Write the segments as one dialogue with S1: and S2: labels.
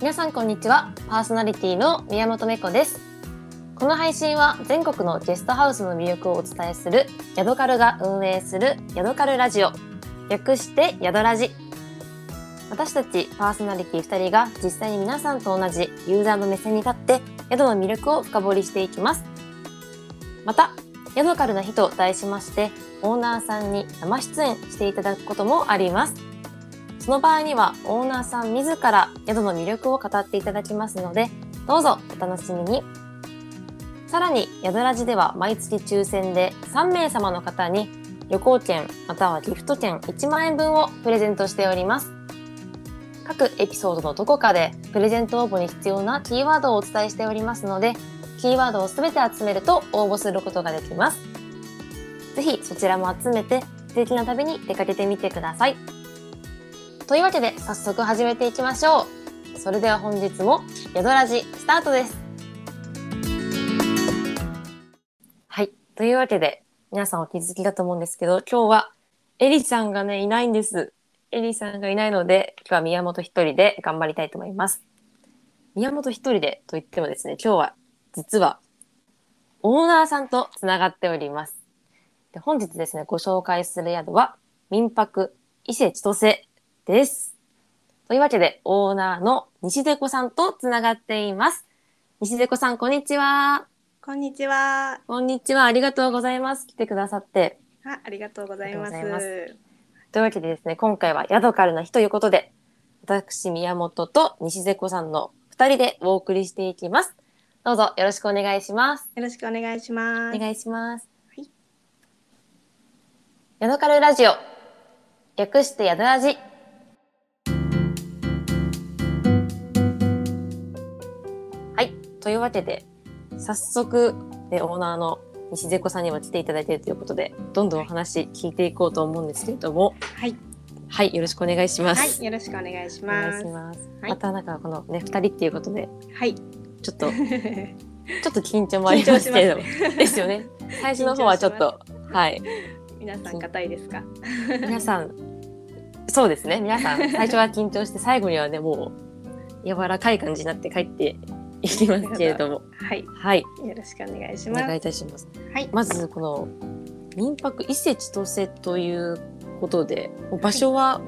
S1: 皆さんこんにちはパーソナリティの宮本芽子ですこの配信は全国のゲストハウスの魅力をお伝えするヤドカルが運営するヤドカルラジオ略してヤドラジ私たちパーソナリティ2人が実際に皆さんと同じユーザーの目線に立って宿の魅力を深掘りしていきますまたヤドカルな日と題しましてオーナーさんに生出演していただくこともありますその場合にはオーナーさん自ら宿の魅力を語っていただきますので、どうぞお楽しみに。さらに、宿ラジでは毎月抽選で3名様の方に旅行券またはギフト券1万円分をプレゼントしております。各エピソードのどこかでプレゼント応募に必要なキーワードをお伝えしておりますので、キーワードをすべて集めると応募することができます。ぜひそちらも集めて素敵な旅に出かけてみてください。というわけで早速始めていきましょうそれでは本日も「宿ラジ」スタートですはいというわけで皆さんお気づきだと思うんですけど今日はエリさんがねいないんですエリさんがいないので今日は宮本一人で頑張りたいと思います宮本一人でといってもですね今日は実はオーナーさんとつながっておりますで本日ですねご紹介する宿は民泊伊勢千歳です。というわけで、オーナーの西出子さんとつながっています。西出子さん、こんにちは。
S2: こんにちは。
S1: こんにちは。ありがとうございます。来てくださって。
S2: あ、ありがとうございます。
S1: ありがとうござというわけでですね、今回はヤドカルな日ということで、私、宮本と西出子さんの2人でお送りしていきます。どうぞよろしくお願いします。
S2: よろしくお願いしま
S1: お
S2: す。
S1: 願いします。
S2: はい。
S1: ヤドカルラジオ。略してヤドラジ。はい。というわけで、早速、ね、オーナーの西瀬子さんにも来ていただいているということで、どんどんお話聞いていこうと思うんですけれども、
S2: はい、
S1: はい、よろしくお願いします。
S2: はい、よろしくお願いし
S1: お願
S2: ま
S1: い
S2: す
S1: し。ます。
S2: はい
S1: またなんかこのね、二人っていうことで、
S2: はい、
S1: ちょっと、ち
S2: 緊
S1: ょっと緊張もあ
S2: 張
S1: り
S2: しま
S1: ますすけれども、で
S2: ね。
S1: すよね。最初の方はちょっと、はい。
S2: 皆さん硬いですか。
S1: 皆さん、そうですね。皆さん、最初は緊張して、最後にはね、もう、柔らかい感じになって帰っていきますけれども。
S2: はい、よ
S1: はい。
S2: ろしくお願いし
S1: お
S2: ま
S1: 願
S2: す。
S1: い
S2: はい
S1: たします。
S2: い、
S1: まず、この、民泊伊勢千歳ということで、場所は、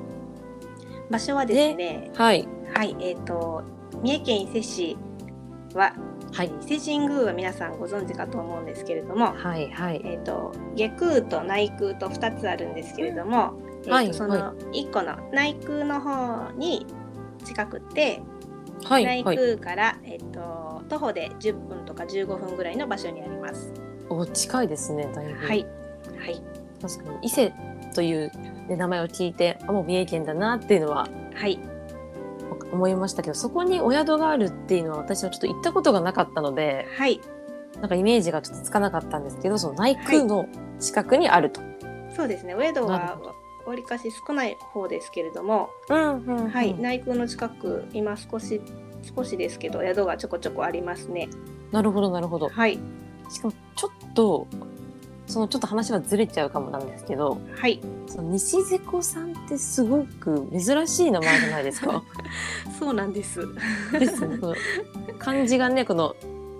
S2: 場所はですね、
S1: はい。
S2: はい、えっ、と三重県伊勢市は
S1: はい。
S2: 伊勢神宮は皆さんご存知かと思うんですけれども、
S1: はい、はい。
S2: えっ、と下空と内空と二つあるんですけれども、えーと
S1: はい
S2: その一個の内空の方に近くて、
S1: はい、
S2: 内
S1: はい。
S2: 空から、えっと、徒歩で10分とか15分ぐらいの場所にあります。
S1: お、近いですね、だいぶ。
S2: はい、はい、
S1: 確かに、伊勢という、ね、名前を聞いて、あ、もう三重県だなっていうのは
S2: はい、
S1: 思いましたけど、そこにお宿があるっていうのは、私はちょっと行ったことがなかったので、
S2: はい、
S1: なんかイメージがちょっとつかなかったんですけど、その内宮の近くにあると。
S2: そうですね。お宿
S1: なる
S2: は
S1: ほ
S2: わりかし少ない方ですけれども、
S1: うんうん、
S2: はい、内宮の近く今少し少しですけど宿がちょこちょこありますね。
S1: なるほど、なるほど。
S2: はい、
S1: しかもちょっと、そのちょっと話はずれちゃうかもなんですけど、
S2: はい、
S1: その西瀬子さんってすごく珍しい名前じゃないです か。
S2: そうなんです。
S1: ですね。この漢字がね、この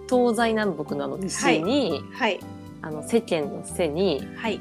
S1: 東西南北のあの西に、
S2: はい、
S1: あの世間の背に、
S2: はい、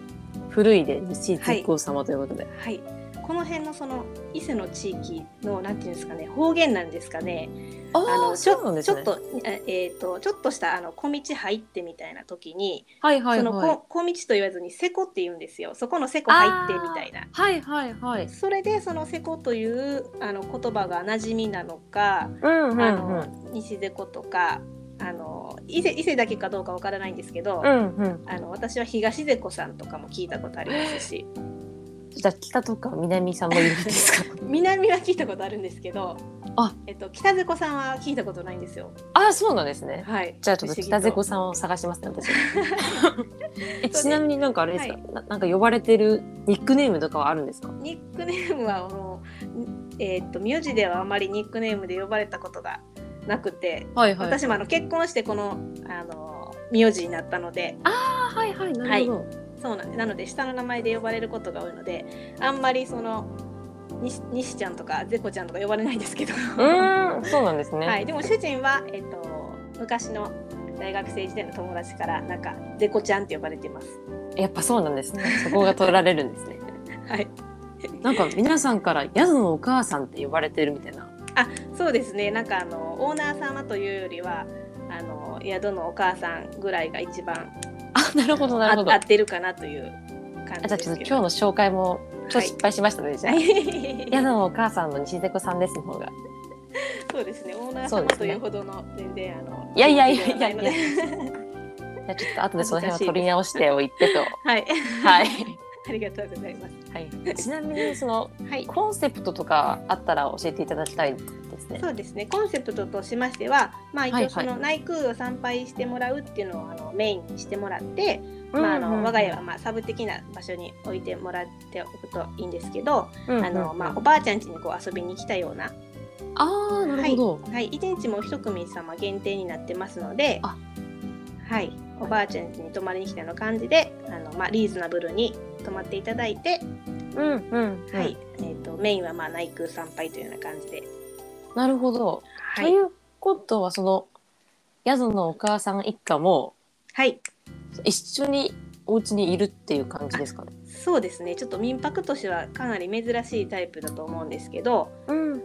S1: 古いで西瀬子様ということで。
S2: はい。この辺のその伊勢の地域のなんていうんですかね方言なんですかね
S1: あ
S2: あの
S1: あ、
S2: ち
S1: そ
S2: ょ
S1: うなんです
S2: ちょ
S1: ね。
S2: っとええーとちょっとしたあの小道入ってみたいな時に
S1: はいはい
S2: その
S1: はい。
S2: こ小道と言わずにセコって言うんですよそこのセコ入ってみたいな
S1: はいはいはい。
S2: それでそのセコというあの言葉が馴染みなのか、
S1: うんうんう
S2: あ
S1: ん。
S2: の西セコとかあの伊勢伊勢だけかどうかわからないんですけど、
S1: うんうん。
S2: あの私は東セコさんとかも聞いたことあります し
S1: じゃあ北とか南さんもいるんですか
S2: 南は聞いたことあるんですけど
S1: あ
S2: えっと、北瀬子さんは聞いたことないんですよ。
S1: あそうなんですね
S2: はい、
S1: じゃあちょっと北瀬子
S2: さ
S1: さんを探しますね 私え
S2: そうね
S1: ちなみになんかあれですか、ななんか呼ばれてるニックネームとかはあるんですか
S2: んニックネームはあの、えっと名字ではあまりニックネームで呼ばれたことがなくて
S1: はい
S2: 私もあの結婚してこのあの名字になったので
S1: あはいはいなるほど、
S2: そうなんでなので下の名前で呼ばれることが多いのであんまりそのにし西ちゃんとかゼコちゃんとか呼ばれないんですけど、
S1: うーん、そうなんですね。
S2: はい、でも主人は、えっと昔の大学生時代の友達からなんかゼコちゃんって呼ばれてます。
S1: やっぱそうなんですね。そこが取られるんです ね。
S2: はい、
S1: なんか皆さんからヤズのお母さんって呼ばれてるみたいな。
S2: そうですねなんかあのオーナー様というよりはあの宿のお母さんぐらいが一番
S1: あ、なるほどなるほど。
S2: あ合
S1: あ
S2: ってるかなという感じ
S1: じゃあ
S2: で
S1: ちょ
S2: す
S1: っと
S2: け
S1: 今日
S2: ど。
S1: の紹介もちょっと失敗しましたね、じゃあ。
S2: はい
S1: ヤズのお母さんの西瀬子さんですの方が。
S2: そうですね。オーナー
S1: そう
S2: 様
S1: です
S2: と
S1: ね
S2: いうほどの全然あの
S1: いやいやいやいやいや
S2: ではないので
S1: じゃあちょっと後でその辺は取り直しておいてと。
S2: はい
S1: はい。
S2: ありがとうございます。
S1: はい。ちなみにその
S2: はい。
S1: コンセプトとかあったら教えていただきたいですね。
S2: そうですね。コンセプトとしましては、まあ一
S1: はいは
S2: 応
S1: い
S2: その内宮を参拝してもらうっていうのをあのメインにしてもらって、まああの我が家はまあサブ的な場所に置いてもらっておくといいんですけど、
S1: うんうん
S2: あのまあおばあちゃん家にこう遊びに来たような、
S1: あーなるほど。
S2: はい、一日も一組様限定になってますので
S1: あ、
S2: はい、おばあちゃん家に泊まりに来たような感じで、あのまあリーズナブルに泊まっていただいて、
S1: うんうんうん。
S2: はい、えっ、とメインはまあ内宮参拝というような感じで、
S1: なるほど。
S2: は
S1: とい
S2: い、
S1: うことはその宿のお母さん一家も
S2: はい。
S1: 一緒にお家にいるっていう感じですかね。
S2: そうですねちょっと民泊としてはかなり珍しいタイプだと思うんですけど、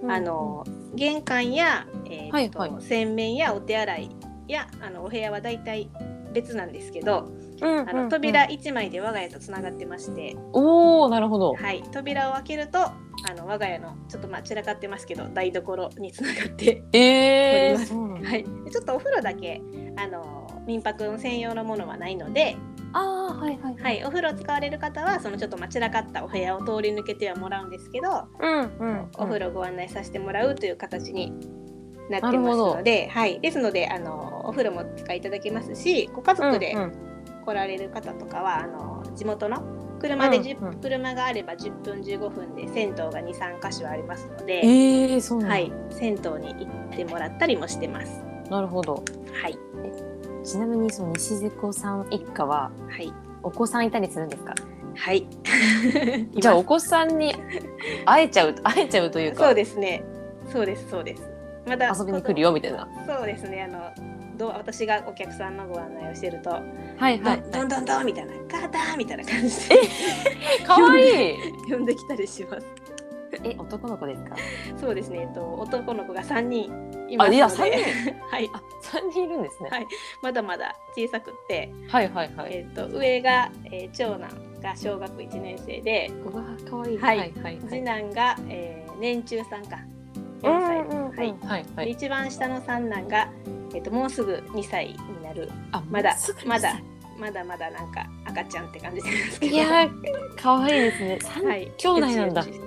S2: あの玄関や、えーと
S1: はい
S2: 洗面やお手洗いやあのお部屋は大体別なんですけど、
S1: うんうんうん
S2: あの扉1枚で我が家とつながってまして、
S1: おおなるほど。
S2: はい、扉を開けるとあの我が家のちょっとまあ散らかってますけど台所につながって、
S1: え
S2: おりま
S1: ー、
S2: す
S1: そうなんだ
S2: はい、でちょっとお風呂だけあの民泊の専用のものはないので、
S1: あーはいはい。
S2: はい、お風呂使われる方はそのちょっとまあ散らかったお部屋を通り抜けてはもらうんですけど、
S1: うんうん。
S2: お風
S1: 呂。
S2: 呂ご案内させてもらうという形になってますので、はい、ですのであのお風呂もお使いいただけますしご家族で
S1: うんうん
S2: 来られる方とかは、あの地元の車で10、
S1: うんうん
S2: 車があれば10分15分で銭湯が23箇所ありますので、
S1: えー、そうなんだ。
S2: はい、銭湯に行ってもらったりもしてます。
S1: なるほど。
S2: はい、
S1: ちなみにその西瀬子さん一家は
S2: はい、
S1: お子さんいたりするんですか。
S2: はい、
S1: じゃあお子さん に会えちゃう会えちゃうというか
S2: そうですねそうですそうですまだ
S1: 遊びに来るよみたいな。
S2: そうですねあのどう私がお客さんのご案内をしてると
S1: はい
S2: ど
S1: はい。
S2: どんどんどんみたいな「ガター!」みたいな感じで
S1: 可愛いい。
S2: 呼んできたりします
S1: え男の子ですか。
S2: そうですね、えっと、男の子が3人いますの
S1: あ
S2: で
S1: いや三人
S2: はい、
S1: あ三人いるんですね。
S2: はいまだまだ小さくって、
S1: はいはいはい。
S2: えっと、上が、えー長男が小学1年生で
S1: うわ可愛い。
S2: はい
S1: はいはい
S2: 次男が、えー年中さんか4歳、は
S1: はいいはいは
S2: で
S1: い。
S2: 一番下の三男が、えっと、もうすぐ2歳になる
S1: あ
S2: まだ
S1: すぐ
S2: まだまだまだなんか赤ちゃんって感じなんですけど
S1: いやー可愛いですね。三
S2: は
S1: 兄
S2: い
S1: 弟なんだ
S2: うち。うち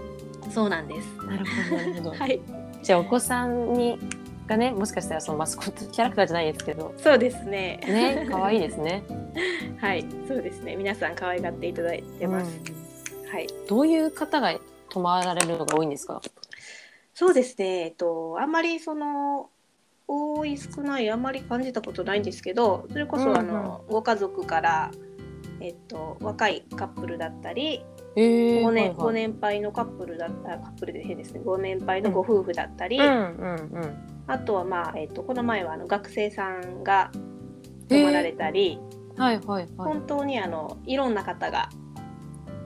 S2: そうなんです
S1: なるほどなるほど。
S2: はい
S1: じゃあお子さんにがねもしかしたらそのマスコットキャラクターじゃないですけど
S2: そうですね
S1: ね可愛いですね。
S2: はい、そうですね。皆さん可愛がっていただいてます。
S1: うん
S2: はい。
S1: どういう方が泊まられるのが多いんですか。
S2: そうですね。えっと、あんまりその。多い少ないあんまり感じたことないんですけどそれこ
S1: うんうん
S2: そあの、ご家族から、えっと、若いカップルだったり
S1: ええ。
S2: ご,、年
S1: は
S2: ご
S1: いはい
S2: 年配のカップルだったカップルで変ですねご年配のご夫婦だったり、
S1: うんうんうん。
S2: あとは、まあえっと、この前はあの学生さんが泊まられたり、
S1: はいはいはい。
S2: 本当にあのいろんな方が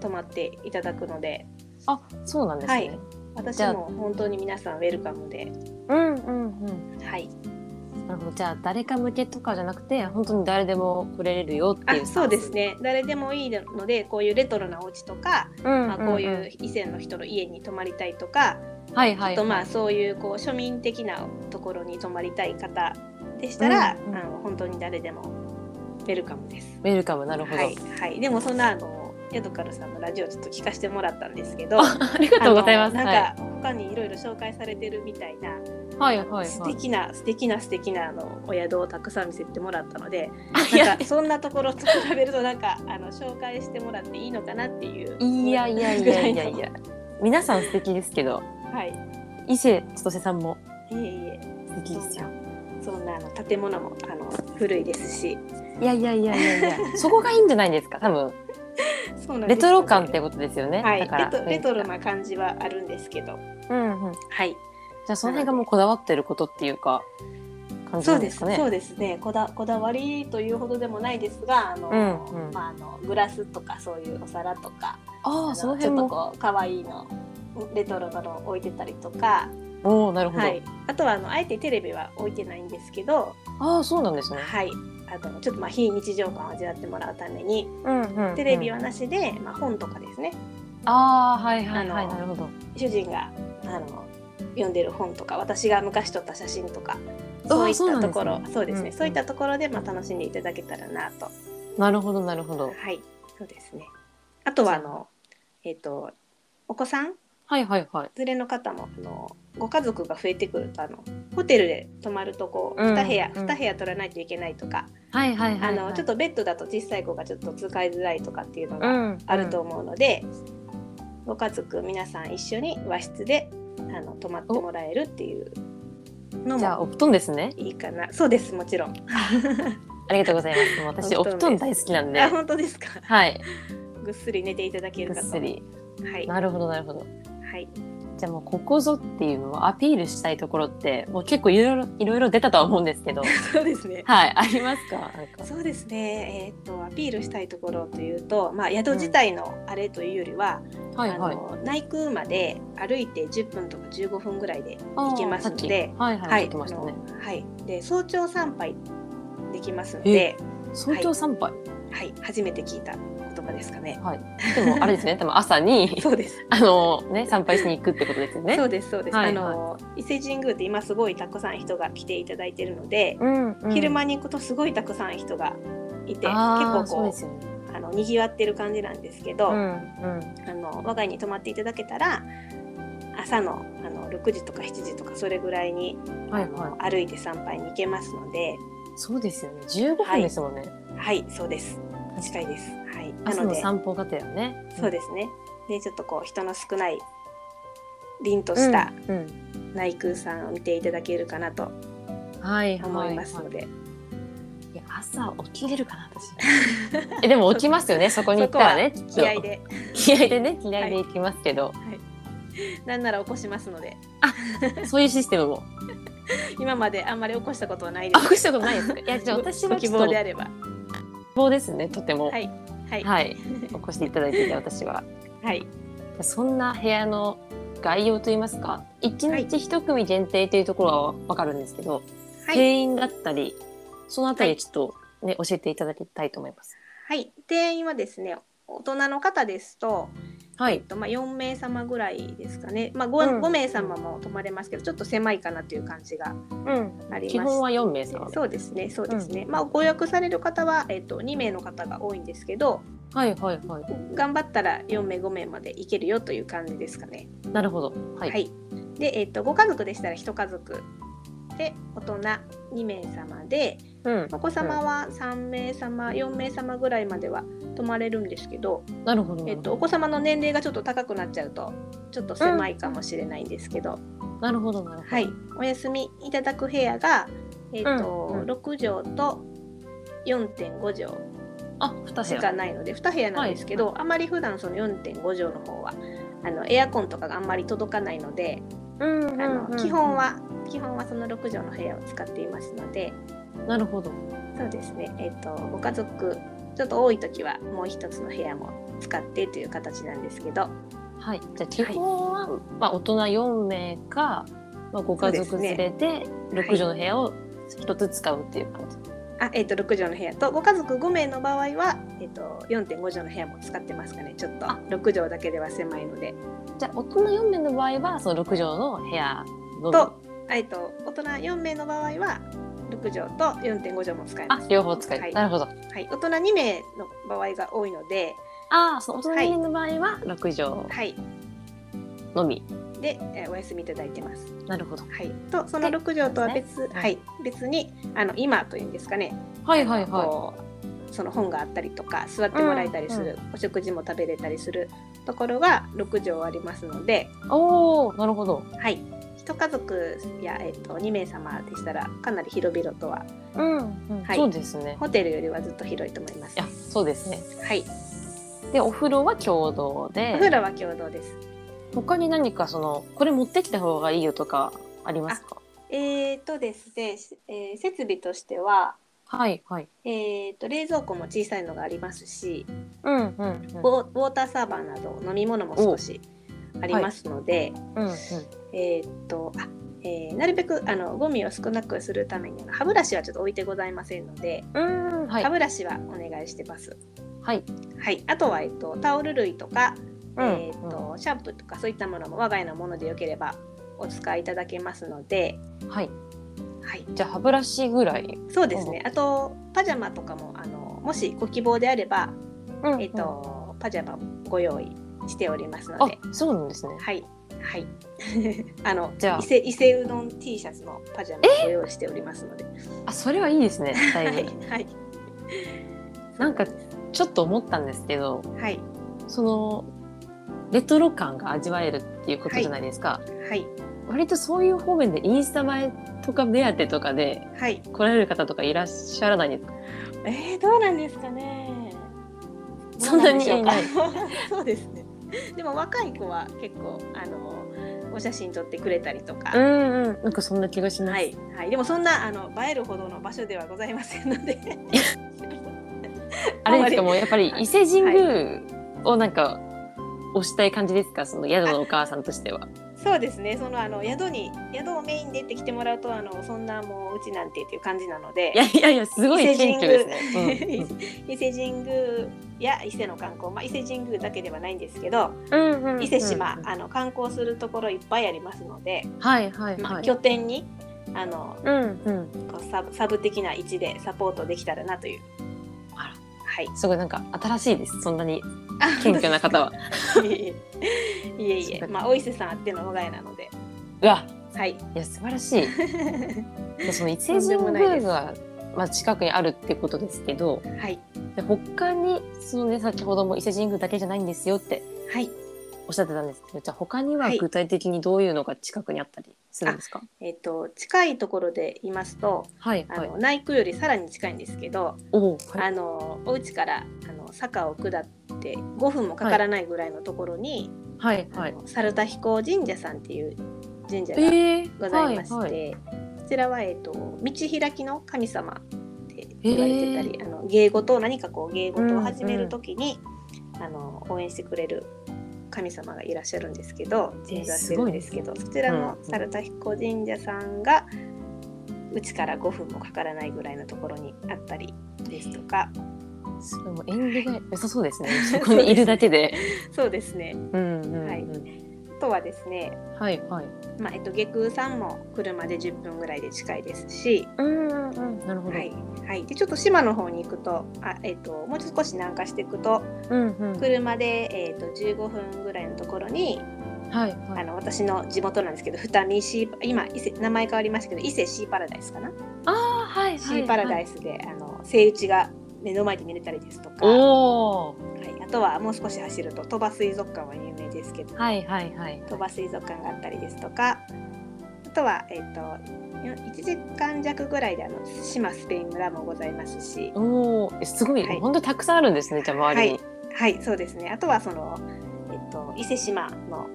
S2: 泊まっていただくので
S1: あそうなんです
S2: はい
S1: ね。
S2: 私
S1: じゃあ
S2: も本当に皆さんウェルカムで、
S1: うんうんうん。
S2: はい、
S1: なるほどじゃあ誰か向けとかじゃなくて本当に誰でも来れるよってい
S2: あ
S1: う
S2: そうですね誰でもいいのでこういうレトロなお家とか、
S1: サービス、うん
S2: まあ、こういう以前の人の家に泊まりたいとか、
S1: はいはい、はい、
S2: あとまあそういうこう庶民的なところに泊まりたい方でしたら、
S1: うんうん
S2: あの本当に誰でもウェルカムです。
S1: ウェルカムなるほど、
S2: はいはい、でもそんなあのヤドカルさんのラジオちょっと聞かせてもらったんですけどあ
S1: ありがとうございます
S2: の
S1: はい
S2: なんか他にいろいろ紹介されてるみたいな、
S1: はいはい
S2: 素
S1: はい
S2: 敵な素敵な素敵なあのお宿をたくさん見せてもらったので
S1: あいや
S2: なんかそんなところと比べるとなんかあの紹介してもらっていいのかなっていう
S1: いやいやいやいやいや皆さん素敵ですけど
S2: はいい
S1: 伊勢千歳さんも
S2: えいえ
S1: 素敵ですよ
S2: そんなあの建物もあの古いですし
S1: いやいやいやいやいやそこがいいんじゃないですか多分
S2: そうなん
S1: レ
S2: ですよ
S1: トロ感ってことですよね。
S2: はい、
S1: だ
S2: レ
S1: から
S2: トレトロな感じはあるんですけど、
S1: うんうん。じ
S2: はい、
S1: ゃあその辺がもうこだわってることっていうか感じ
S2: そ
S1: な
S2: うん
S1: で
S2: ですす
S1: かね。
S2: そうですねこだこだわりというほどでもないですがあの、
S1: うんうん
S2: まあ、あのグラスとかそういうお皿とか
S1: あ
S2: あ
S1: あ
S2: の
S1: その
S2: ち
S1: 辺
S2: ょっと
S1: も。
S2: こう可愛いのレトロなのを置いてたりとか、
S1: おおなるほど。
S2: はい、あとはあのあえてテレビは置いてないんですけど、
S1: ああそうなんですね。
S2: はい、あのちょっとまあ非日常感を味わってもらうために
S1: うんうんうん。
S2: テレビはなしで、まあ、本とかですね
S1: ああはいはいはい
S2: あの
S1: なるほど。
S2: 主人があの読んでる本とか私が昔撮った写真とか
S1: あ
S2: そういっ
S1: そうなん
S2: た
S1: です
S2: と
S1: ね
S2: ころそうですね、
S1: うん
S2: そういったところで、まあ、楽しんでいただけたらなと
S1: なるほどなるほど。
S2: はいそうですねあとはあのえっ、とお子さん
S1: はいはいはい。
S2: 連れの方もあのご家族が増えてくるとあのホテルで泊まるとこう
S1: うん
S2: 2部屋、
S1: うん
S2: 2部屋取らないといけないとか、
S1: はいはいはいはい。
S2: あのちょっとベッドだと小さい子がちょっと使いづらいとかっていうのが
S1: うん
S2: あると。思うので、ご家族皆さん一緒に和室であの泊まってもらえるっていう
S1: う
S2: の
S1: んじゃあ
S2: も
S1: お布団ですね。
S2: いいかなそうですもちろん、
S1: ありがとうございます。もう 私
S2: お
S1: お
S2: 布
S1: 布
S2: 団
S1: 団
S2: で
S1: 大
S2: す
S1: 好きなんで。
S2: あ本当ですか
S1: はい。
S2: ぐっすり寝ていただけ
S1: ぐ
S2: る
S1: っ
S2: かと
S1: すり。
S2: はい、は
S1: なるほどなるほど。
S2: い、
S1: じゃあもうここぞっていうのをアピールしたいところってもう結構いろいろいろいろ出たとは思うんですけど
S2: そうですね
S1: はいありますかなんか
S2: そうですね、えーっとアピールしたいところというと、まあ、宿自体のあれというよりは、
S1: はいはい
S2: あの内宮まで歩いて10分とか15分ぐらいで行けますので
S1: あーさっきはいはい、
S2: はい
S1: 言ってましたね
S2: あのはい、で早朝参拝できますの
S1: え
S2: で、
S1: 早朝参拝、
S2: はい、初めて聞いた言葉ですかね。
S1: でもあれです ね多分朝に
S2: そうです、
S1: あのね参拝しに行くってことですよね
S2: そうです、そうです。
S1: はい
S2: あの伊勢神宮って今すごいたくさん人が来ていただいてるので、
S1: うんうん
S2: 昼間に行くとすごいたくさん人がいて、結
S1: あーそ
S2: 構
S1: うで
S2: こ
S1: すよね
S2: うあの賑わってる感じなんですけど、
S1: う
S2: あ
S1: んうん
S2: の我が家に泊まっていただけたら。朝のあの6時とか7時とかそれぐらいに、
S1: はいは
S2: あの歩いて参拝に行けますので
S1: いそうですよね15分ですもんね、
S2: はいそうです近いですはいな
S1: 朝
S2: の
S1: の
S2: で
S1: 散歩がてらね
S2: そうですねでちょっとこう人の少ない凛とした、
S1: うんうん
S2: 内宮さんを見ていただけるかなと
S1: はいはい、
S2: 思
S1: はいい、
S2: ますので、
S1: いや朝起きれるかな 私えでも起きますよねそこに行ったらねきっと
S2: 気合で
S1: 気合でね気合で行きますけど、
S2: なんなら起こしますので
S1: そういうシステムも
S2: 今まであんまり起こしたことはないで
S1: あ
S2: す
S1: 起こしたことないで すねいやじゃあ
S2: ご
S1: 私
S2: ご
S1: は
S2: 希
S1: ちょっ
S2: 望
S1: と
S2: であ
S1: 希
S2: れば
S1: 望ですねとても
S2: はいはいは、
S1: はい起こしていただいてて私はい
S2: はい
S1: そんな部屋の概要といいますか1日一組限定というところはわかるんですけど、定員だったりそのあたりちょっと、ね教えていただきたいと思います
S2: はい定員はですね大人の方ですと、
S1: はい
S2: えっとまあ、4名様ぐらいですかね、まあ 5,
S1: うん
S2: 5名様も泊まれますけどちょっと狭いかなという感じが
S1: うん
S2: あります
S1: 基本は4名さん
S2: そうですねそうですね、まあ、ご予約される方は、えっと、2名の方が多いんですけど
S1: はいはいは
S2: 頑張ったら4名5名までいけるよという感じですかね。
S1: いなるほどはい、
S2: はい、で、えっとご家族でしたら1家族で大人2名様で
S1: うん
S2: お子様は3名様4名様ぐらいまでは泊まれるんですけど、
S1: なるほど、
S2: えっとお子様の年齢がちょっと高くなっちゃうとちょっと狭いかもしれないんですけど、
S1: なるほどなるほど
S2: はい、お休みいただく部屋が、えっと
S1: うんうん
S2: 6畳と4.5畳
S1: あ2部
S2: しか
S1: 屋
S2: ないので2部屋なんですけど、あまり普段その4.5畳の方はあのエアコンとかがあんまり届かないので、
S1: うんうん
S2: あの
S1: うんうん
S2: 基本は基本はその6畳の部屋を使っていますので
S1: なるほど
S2: そうですねえっ、とご家族ちょっと多い時はもう一つの部屋も使ってという形なんですけど
S1: はい、じゃあ基本は、まあ、大人4名か、まあ、ご家族連れで6畳の部屋を一つ使うっていう感じ。
S2: あ、えっと6畳の部屋とご家族5名の場合は、えっと4.5畳の部屋も使ってますかねちょっと
S1: あ
S2: 6畳だけでは狭いので
S1: じゃあ大人4名の場合はその6畳の部屋のみ
S2: とあえっと大人4名の場合は6畳と4.5畳も使えま
S1: あ
S2: す
S1: 両方使える、
S2: はい
S1: なるほど
S2: はい、大人2名の場合が多いので
S1: ああその大人4人の場合は6畳
S2: はい
S1: のみ、
S2: で、えーお休みいただいてます
S1: なるほど
S2: はい、とその6畳とは別,、
S1: ね
S2: はい、別にあの今というんですかね、
S1: はいはいは
S2: こうその本があったりとか座ってもらえたりする、お食事も食べれたりするところが6畳ありますので、
S1: いおおなるほど
S2: はい、1家族や、えっと2名様でしたらかなり広々とは
S1: うん、うん
S2: はい
S1: そうですね
S2: ホテルよりはずっと広いと思います
S1: い。やそうですね
S2: はい、
S1: でお風呂は共同
S2: お風
S1: で
S2: 呂は共同です。
S1: 他に何かそのこれ持ってきた方がいいよとかありますか
S2: えー、とですね、えー設備としては、
S1: はいはい
S2: えー、と冷蔵庫も小さいのがありますし、
S1: うんうんうん
S2: ウォウォーターサーバーなど飲み物も少しありますので、
S1: うんうん
S2: えー、とあえーなるべくあのゴミを少なくするためにあの歯ブラシはちょっと置いてございませんので、
S1: うんはい
S2: 歯ブラシはお願いしてます。
S1: はい
S2: はい、あとは、えっと、タオル類とか、
S1: うん
S2: えっとシャンプーとかそういったものも我が家のものでよければお使いいただけますので、
S1: はい
S2: はい、
S1: じゃあ歯ブラシぐらい
S2: そうですねあとパジャマとかもあのもしご希望であれば、えっ
S1: うんうん
S2: とパジャマもご用意しておりますの
S1: あ
S2: で
S1: そうなんですね
S2: はいはい あの
S1: じゃあ
S2: 伊勢伊勢うどん T シャツのパジャマをご用意しておりますので
S1: あそれはいい ですね
S2: は
S1: だい
S2: い
S1: ぶ
S2: はい
S1: なんかちょっと思ったんですけど
S2: はい
S1: そのレトロ感が味わえるっていうことじゃないですか、
S2: はい
S1: 割とそういう方面でインスタ映えとか目当てとかで
S2: はい
S1: 来られる方とかいらっしゃらないんですか
S2: えー、どうなんですかね。
S1: そんなに
S2: どうでしょうか そうですね。でも若い子は結構あのお写真撮ってくれたりとか。
S1: んうんなんかそんな気がします、
S2: はい、はい、でもそんなあの映えるほどの場所ではございませんので
S1: あれですか
S2: あんまり
S1: もうやっぱり伊勢神宮をなんか押したい感じですかその宿のお母さんとしては
S2: そうですねそのあの宿に宿をメインでって来てもらうとあのそんなもううちなんてっていう感じなので
S1: いやいやいやすごい
S2: 伊勢
S1: 謙
S2: 神
S1: 虚
S2: 宮
S1: ですね、
S2: 伊勢神宮や伊勢の観光、まあ、伊勢神宮だけではないんですけど、
S1: うんうんうんうん
S2: 伊勢志摩、あの観光するところいっぱいありますので、
S1: はいはい
S2: ま
S1: は
S2: あ、
S1: い、
S2: 拠点にあの
S1: うんうん
S2: こうサブサブ的な位置でサポートできたらなという。
S1: あら
S2: はい。
S1: すごいなんか新しいですそんなに謙虚な方は
S2: いえいえ。いえいえ。まあお伊勢さんあっての我が家なので。
S1: うわ
S2: はい。
S1: いや素晴らしいでその伊勢神宮が、まあ、近くにあるってことですけど
S2: はい。
S1: で他にその、ね、先ほども伊勢神宮だけじゃないんですよって
S2: はい。
S1: おっしゃってたんですけどじゃあ他には
S2: はい
S1: 具体的にどういうのが近くにあったりするんですか
S2: えっ、と近いところで言いますと、
S1: はい
S2: あ
S1: はい
S2: の、内宮よりさらに近いんですけど、
S1: おーはい
S2: あのお家からあの坂を下って5分もかからないぐらいのところに、
S1: はいはい
S2: あの猿田彦神社さんっていう神社が
S1: えー
S2: ございまして、
S1: はいはい
S2: こちらは、えっと道開きの神様って言われてたり、あの芸事を何かこう芸事を始める時に、あの応援してくれる神様がいらっしゃるんですけど神社してるんですけど、そちらの
S1: うんうん
S2: 猿田彦神社さんがうちから5分もかからないぐらいのところにあったりですとか
S1: すごいもう縁起が良さそう ですねそこにいるだけで
S2: そうですね
S1: うんうん、うん
S2: は
S1: はいい、
S2: あとはですね、
S1: はいはい
S2: まあえっと、下空さんも車で10分ぐらいで近いですし。
S1: うんうんなるほど、
S2: はい、はい、でちょっと島の方に行くとあ、えっともう少し南下していくと
S1: うんうんはい
S2: 車で、えっと15分ぐらいのところに、
S1: は
S2: あ
S1: い
S2: の私の地元なんですけど二見シー今伊勢名前変わりましたけど伊勢シーパラダイスかな、
S1: ああはいはい
S2: シーパラダイ
S1: ス
S2: スであのセイウチが目の前で見れたりですとか、はい、
S1: おお
S2: あとはもう少し走ると鳥羽水族館は有名ですけど、
S1: はいはいはい
S2: 鳥羽水族館があったりですとかあとは、えっと1時間弱ぐらいであの島スペイン村もございますし。
S1: おおすごい、
S2: はい
S1: 本当にたくさんあるんですねじゃあ周りに、
S2: はい、そうですね。あとはその、えっと、伊勢志摩の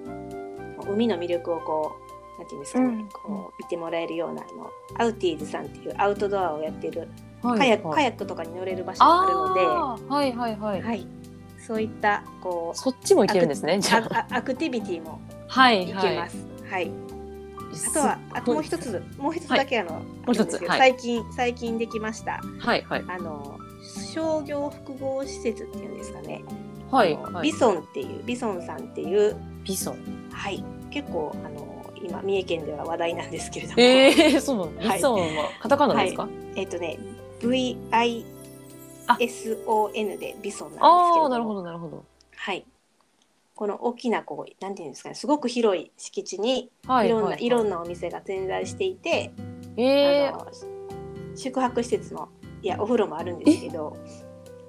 S2: 海の魅力をこう、なんていうんですかね、
S1: うん
S2: こう見てもらえるようなあのアウティーズさんっていうアウトドアをやってる、
S1: はい
S2: カヤック
S1: はい
S2: カヤックとかに乗れる場所があるので、
S1: ああはいはいはい、
S2: はい、そういったこう
S1: そっちも行けるんですねじゃあ
S2: ああアクティビティも
S1: はい
S2: 行け
S1: はい
S2: ます。はい、あ
S1: あ
S2: とはあともう一つもう一つだけあの、あるんですけど
S1: もう一つはい
S2: 最近最近できました
S1: はいはい
S2: あの商業複合施設っていうんですかね、
S1: はい
S2: あの
S1: は
S2: ビ
S1: い
S2: ソンっていうビソンさんっていう
S1: ビソン
S2: はい、結構あの今三重県では話題なんですけれども、
S1: え
S2: え
S1: ー、そうなの
S2: はい
S1: ビソンはカタカナですか、
S2: っ、とね、V I
S1: あ
S2: S O N でビソンなんですけれど
S1: あ
S2: も
S1: あなるほどなるほど
S2: はい。この大きなこうなんていうんですかね、すごく広い敷地に
S1: はいい
S2: ろんな、
S1: はい
S2: ろんなお店が点在していて、
S1: えー、
S2: あの宿泊施設もいやお風呂もあるんですけど、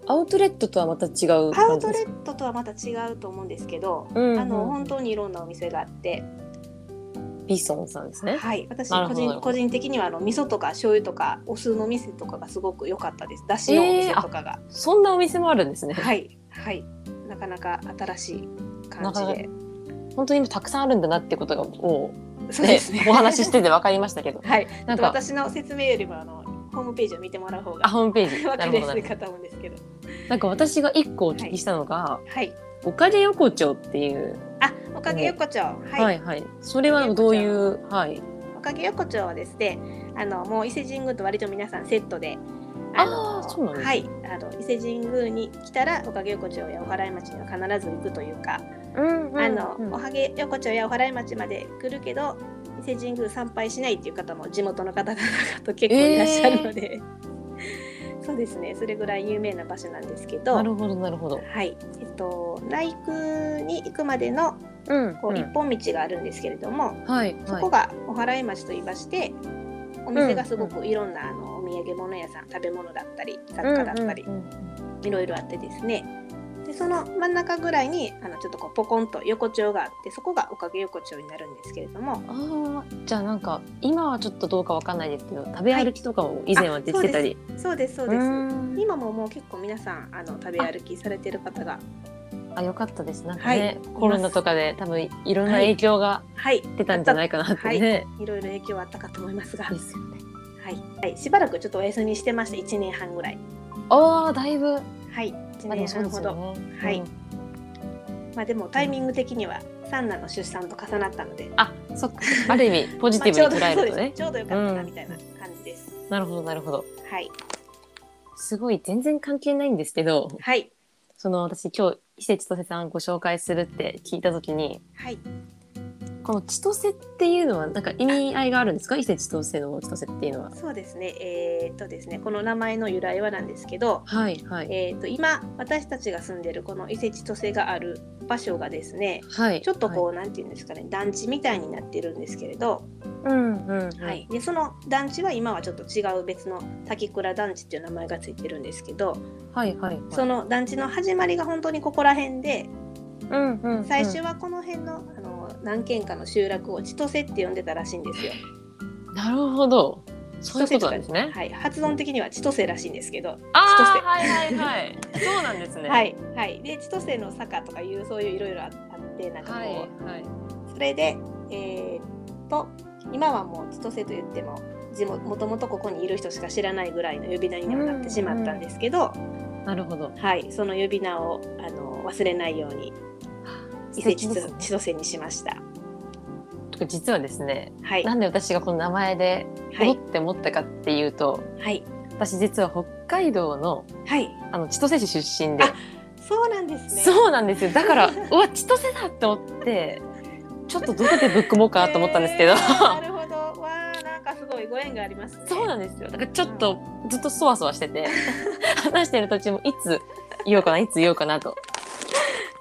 S1: アウトレットとはまた違う
S2: ア
S1: 感
S2: ウ
S1: じ
S2: ト
S1: です
S2: レ
S1: か
S2: ットとはまた違うと思うんですけど、
S1: うんうん
S2: あの本当にいろんなお店があって、
S1: ビソンさんですね
S2: はい、私
S1: なる
S2: 個
S1: ほどなるほど
S2: 人個人的にはあの味噌とか醤油とかお酢の店とかがすごく良かったです。だしのお
S1: え
S2: 店
S1: ーあ
S2: とかが、
S1: そんなお店もあるんですね、
S2: はいはいなかなか新しい感じ
S1: なか
S2: で
S1: 本当にたくさんあるんだなってことがもう、
S2: そうですね
S1: お話ししてて分かりましたけど
S2: はい
S1: なんか
S2: 私の説明よりもあのホームページを見てもらう方
S1: あ
S2: が
S1: ホームページ
S2: 分
S1: な
S2: か
S1: る
S2: り
S1: ほ
S2: や
S1: どな
S2: す
S1: る
S2: い
S1: ほ
S2: かと思うんですけど
S1: どなんか私が一個お聞きしたのが、
S2: はい
S1: おかげ横丁っていう、
S2: あおかげ横丁はい、
S1: はいはいそれはどういうはい
S2: おかげ横丁はですねあのもう伊勢神宮と割と皆さんセットで
S1: あーそうなんですね
S2: はいあの伊勢神宮に来たらおかげ横丁やおはらい町には必ず行くというか
S1: うん
S2: あの、おはげ横丁やおはらい町まで来るけど伊勢神宮参拝しないっていう方も地元の方々と結構いらっしゃるので、 そうですねそれぐらい有名な場所なんですけど
S1: なるほどなるほど
S2: はいえっと内宮に行くまでの
S1: うん
S2: こう一本道があるんですけれども、
S1: はい
S2: そ
S1: は
S2: こ
S1: い
S2: がおはらい町といいましてお店がすごくいろんなあのお土産物屋さん食べ物だったり雑貨だったり、
S1: うんうん
S2: いろいろあってですねでその真ん中ぐらいにあのちょっとこうポコンと横丁があってそこがおかげ横丁になるんですけれども
S1: うんあーじゃあなんか今はちょっとどうかわかんないですけど食べ歩きとかも以前はできてたり、
S2: そうですそう
S1: う
S2: です
S1: ーん
S2: 今ももう結構皆さんあの食べ歩きされてる方が
S1: あよかったですなんかね、
S2: はい
S1: コロナとかで多分いろんな影響が
S2: はい
S1: 出たんじゃないかなってね、
S2: いろいろ影響はあったかと思いますが、はい
S1: ですよね
S2: はい、しばらくちょっとお休みしてました1年半ぐらい
S1: ああだいぶま
S2: はい1
S1: あで
S2: 年
S1: もそうです
S2: 半ほ
S1: よ
S2: ど
S1: ね
S2: はい
S1: うん
S2: まあでもタイミング的には三男の出産と重なったので
S1: あそっかある意味ポジティブに捉えると
S2: まあ
S1: ね、
S2: ちょうどそうですちょうどよかったな
S1: うん
S2: みたいな感じです、
S1: なるほどなるほど
S2: はい
S1: すごい全然関係ないんですけど
S2: はい
S1: その私今日伊勢千歳さんご紹介するって聞いた時に
S2: はい
S1: この千歳っていうのはなんか意味合いがあるんですか伊勢千歳の千歳っていうのは
S2: そうですね。えーっとですね、この名前の由来はなんですけど、
S1: はいはい
S2: えーっと今私たちが住んでるこの伊勢千歳がある場所がですね、
S1: はい
S2: ちょっとこう、なんていうんですかね、団地みたいになってるんですけれど、
S1: う、はい、うんうんうん
S2: はい。でその団地は今はちょっと違う別の滝倉団地っていう名前がついてるんですけど、
S1: はいはいはい
S2: その団地の始まりが本当にここら辺で、
S1: うんうんうん
S2: 最初はこの辺のあの何軒かの集落を千歳って呼んでたらしいんですよ。
S1: なるほど。そういうことなんですね。
S2: はい。発音的には千歳らしいんですけど、
S1: あ
S2: 千歳
S1: あ、はいはいはい。そうなんですね。
S2: は。い、はい、で千歳の坂とかいうそういういろいろあってなんかこ
S1: は
S2: う、
S1: いはい。
S2: それでえーっと今はもう千歳と言っても地元もともとここにいる人しか知らないぐらいの呼び名にはなってしまったんですけど、
S1: なるほど。
S2: はい、その呼び名をあの忘れないように伊勢千歳千歳にしました。
S1: 実はですね、
S2: はい、
S1: なんで私がこの名前で
S2: は
S1: どう
S2: い、
S1: って思ったかっていうと、
S2: はい、
S1: 私実は北海道の
S2: はい、
S1: あの千歳市出身で、
S2: あそうなんですね。
S1: そうなんですよ。だ からうわ千歳だって思って。ちょっとどこでぶっ込もうかと思ったんです けど、
S2: えーなるほど、わあ、なんかすごいご縁がありますね。
S1: そうなんですよだからちょっとずっとそわそわして て話してる途中もいつ言おうかないつ言おうかなと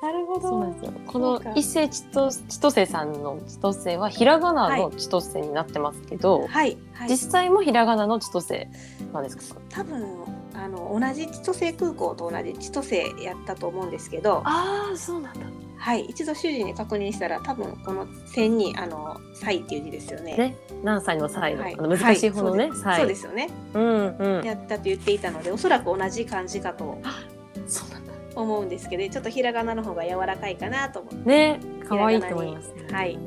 S2: なるほど。
S1: そうなんですよ。こ
S2: そう
S1: の
S2: か
S1: 伊勢千と千歳さんの千歳はひらがなの千歳になってますけど、
S2: はい、はい、
S1: 実際もひらがなの千歳なんですか。
S2: 多分あの同じ千歳空港と同じ千歳やったと思うんですけど、
S1: ああ、そうなんだ。
S2: はい、一度主人に確認したら多分この線に「あの歳」っていう字ですよね。
S1: ね何歳の歳の、
S2: はい
S1: あの難しい方のね、
S2: は
S1: 歳。
S2: そうですよね。
S1: うんうん。
S2: やったと言っていたのでおそらく同じ漢字かと
S1: そうなんだ。
S2: 思うんですけどちょっとひらがなの方が柔らかいかなと思っ
S1: ね、可愛いと思います、ね。
S2: はい
S1: ね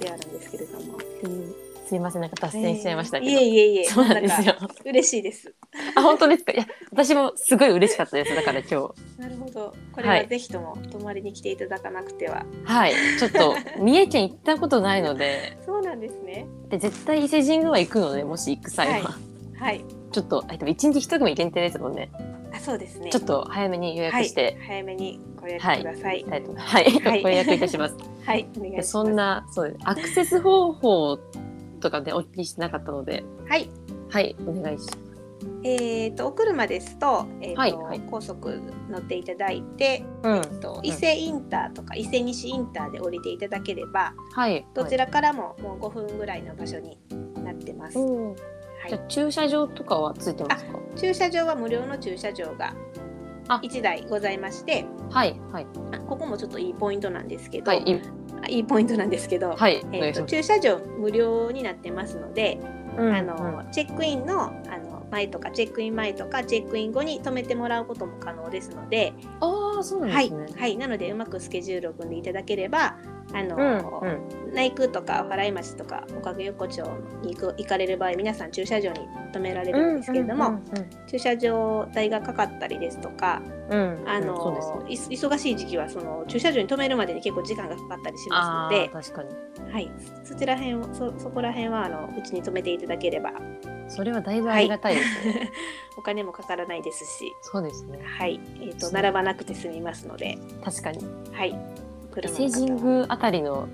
S2: てあるんですけれども。
S1: っていうすいません、なんか脱線しちゃいましたけど。
S2: えーいえいえいえ。
S1: そうなんですよ
S2: か。嬉しいです。
S1: あ、本当ですか。いや、私もすごい嬉しかったです。だから今日。
S2: なるほど。これはぜひとも泊まりに来ていただかなくては。
S1: はい、ちょっと三重県行ったことないので、
S2: そうなんですね。
S1: で絶対伊勢神宮は行くので、もし行く際は。
S2: はいはい。
S1: ちょっと、えっと、一日一組限定ですもんね。
S2: あそうですね。
S1: ちょっと早めに予約し
S2: はい
S1: て、、
S2: 早めにご予約ください。
S1: はい、はい、
S2: は い
S1: ご予約いたし ます。
S2: はい、お願いし
S1: で
S2: ます。
S1: そんな、そうです。アクセス方法とかでお聞きしてなかったので、
S2: はい、
S1: はい、お願いします。
S2: えっ、とお車ですと、えーと
S1: はいはい
S2: 高速乗っていただいて、
S1: うん、
S2: えーと伊勢インターとか伊勢西インターで降りていただければ、
S1: はい。
S2: どち
S1: ら、
S2: らからももう5分ぐらいの場所になってます。は
S1: おーじゃ
S2: い、
S1: あ駐車場とかはついてますか。
S2: 駐車場は無料の駐車場が
S1: あ
S2: 1台ございまして、
S1: はい、はい、
S2: あここもちょっといいポイントなんですけど、
S1: はい、い
S2: あいいポイントなんですけど、
S1: はい、お願
S2: えー
S1: いし
S2: と
S1: ます。
S2: 駐車場無料になってますので、
S1: うん
S2: あのチェックインのあの前とかチェックイン前とかチェックイン後に止めてもらうことも可能ですので、
S1: ああ、そうなん
S2: は
S1: で
S2: い
S1: すね。
S2: はい、なのでうまくスケジュールを組んでいただければあの、
S1: うん、うん。
S2: 内宮とか払町とかおかげ横丁に行く行かれる場合皆さん駐車場に止められるんですけれども、駐車場代がかかったりですとか
S1: うん、うんうん
S2: あの、
S1: そうですね
S2: い忙しい時期はその駐車場に止めるまでに結構時間がかかったりし
S1: あ
S2: ます
S1: ー
S2: の
S1: 確かに
S2: で、はい、そちら辺をそそこら辺はあのうちに止めていただければ
S1: それはだいぶありがたいですね、
S2: お金もかからないですし、
S1: そうですね
S2: はいえー、
S1: そ
S2: と
S1: う
S2: 並ばなくて済みますので、
S1: 確かに
S2: はい、
S1: 伊
S2: 車
S1: 勢
S2: の方は
S1: 神宮あたりの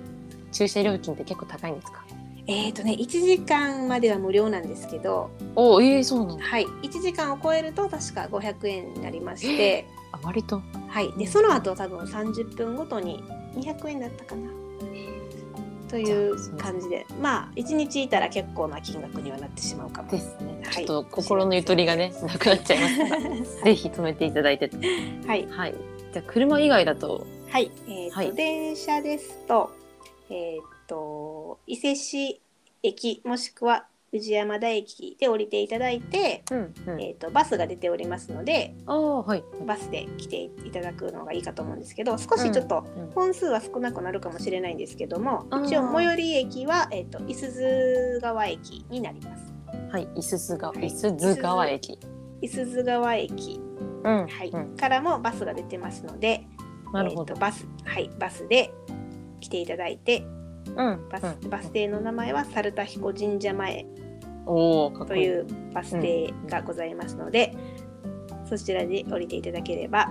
S1: 駐車料金って結構高いんですか
S2: えっ、とね1時間までは無料なんですけど、
S1: おおええそうなんだ
S2: はい、1時間を超えると確か500円になりまして、
S1: あ割と
S2: はい、でその後多分30分ごとに200円だったかな。という感じでまあ1日いたら結構な金額にはなってしまうかも。
S1: ですね、
S2: はい
S1: ちょっと心のゆとりがねなくなっちゃいますから ぜひ止めていただいて
S2: はい、
S1: はいじゃあ車以外だと
S2: はいえーと
S1: はい
S2: 電車ですと,、えー、と伊勢市駅もしくは宇治山田駅で降りていただいて、
S1: うんうん
S2: えー、とバスが出ておりますので
S1: ああはい
S2: バスで来ていただくのがいいかと思うんですけど少しちょっと
S1: うん
S2: 本数は少なくなるかもしれないんですけども、
S1: あー
S2: 一応最寄り駅は、えー、と伊豆川駅になります。
S1: はい伊豆川
S2: はい
S1: 伊豆川駅
S2: 伊豆川駅、
S1: うん
S2: はい
S1: うん
S2: からもバスが出てますので、
S1: なるほど
S2: えーとバスはいバスで来ていただいて
S1: うん
S2: バス,、
S1: うん
S2: バス停の名前は猿田彦神社前
S1: おおかっこといい
S2: いうバス停がございますので、そちらに降りていただければ、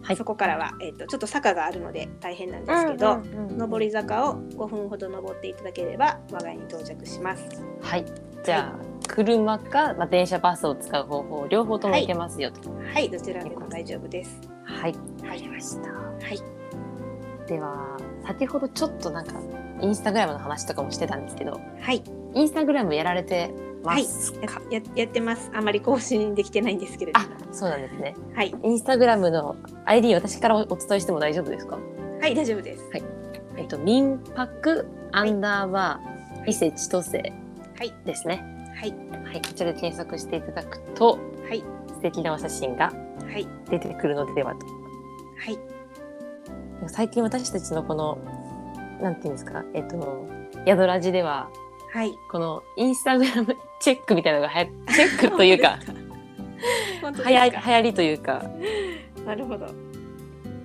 S1: はい
S2: そこからは、えー、とちょっと坂があるので大変なんですけ
S1: う
S2: ど。
S1: んうんうん
S2: 上り坂を5分ほど登っていただければ我が家に到着します。
S1: はい。じゃあ、車か、まあ、電車バスを使う方法両方とも
S2: はい
S1: いけますよと。
S2: はい、どちらでも大丈夫です。
S1: はい。わ、
S2: はい
S1: かりました。
S2: はい、
S1: では先ほどちょっとなんかインスタグラムの話とかもしてたんですけど、
S2: はい、
S1: インスタグラムやられてます
S2: や
S1: か？
S2: ややってます。あまり更新できてないんですけれど
S1: あ
S2: も。、
S1: そうなんですね。
S2: はい、
S1: インスタグラムの ID 私からおお伝えしても大丈夫ですか？
S2: はい、大丈夫です。
S1: えっと民泊ア
S2: い
S1: ンダーバー伊勢千歳
S2: はい、
S1: ですね。
S2: はい、
S1: はい、こちらで検索していただくと
S2: はい、
S1: 素敵なお写真が
S2: はい、
S1: 出てくるのではと
S2: はい、
S1: 最近私たちのこのなんていうんですかえっと宿ラジでは
S2: はい。
S1: このインスタグラム チェックみたいなのがはやチェックというか
S2: 本当ですか。
S1: はや流行りというか
S2: なるほど。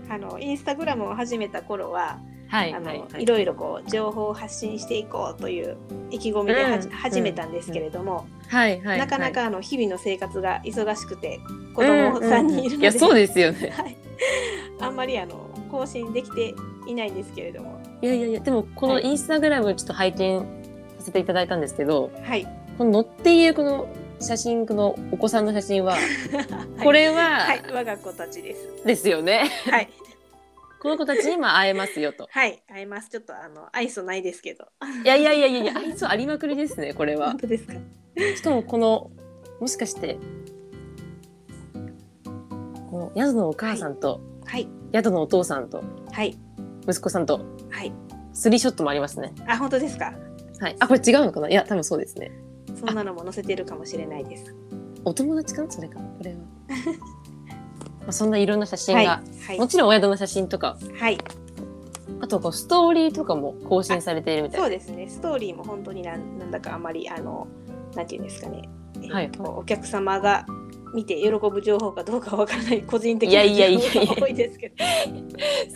S2: あのインスタグラムを始めた頃は、
S1: はい
S2: あ
S1: は
S2: の
S1: い
S2: いろいろこう情報を発信していこうという意気込みではじ、
S1: うん
S2: 始めたんですけれども、
S1: はいはい
S2: なかな
S1: はい
S2: かあの日々の生活が忙しくて子供さんに
S1: うんう
S2: いるの
S1: んうんいや
S2: で
S1: そうですよ ね
S2: あんまりあの更新できていないんですけれども、
S1: いやいやいやでもこの
S2: はい
S1: インスタグラムちょっと拝見させていただいたんですけど
S2: はい、
S1: この載っているこの写真このお子さんの写真は これ
S2: は、
S1: はい
S2: 我が子たちです。
S1: ですよね
S2: はい、
S1: この子たちに今会えますよと
S2: はい、会えます。ちょっとあの愛想ないですけど。
S1: いやいやいやいやいや愛想ありまくりですねこれは
S2: 本当ですか。
S1: しかもこのもしかしてこの宿のお母さんと、
S2: はい、
S1: 宿のお父さんと
S2: はい、
S1: 息子さんと
S2: はい。
S1: スリーショットもありますね。
S2: あ、本当ですか。
S1: はい、あこれ違うのかないや多分そうですね。
S2: そんなのも載せてるかもしれないです。
S1: お友達かなそれか これは。まあそんないろんな写真
S2: はい、
S1: が、
S2: は
S1: もちろんお宿の写真とか
S2: い、はい。
S1: あとこうストーリーとかも更新されているみたい
S2: そ
S1: な。
S2: うですね。ストーリーも本当になんなんだかあまりあのなんていうんですかね。えー
S1: はい
S2: とお客様が見て喜ぶ情報かどうかわからない個人的
S1: いや
S2: ない
S1: やいやいや
S2: 情報が多いですけど。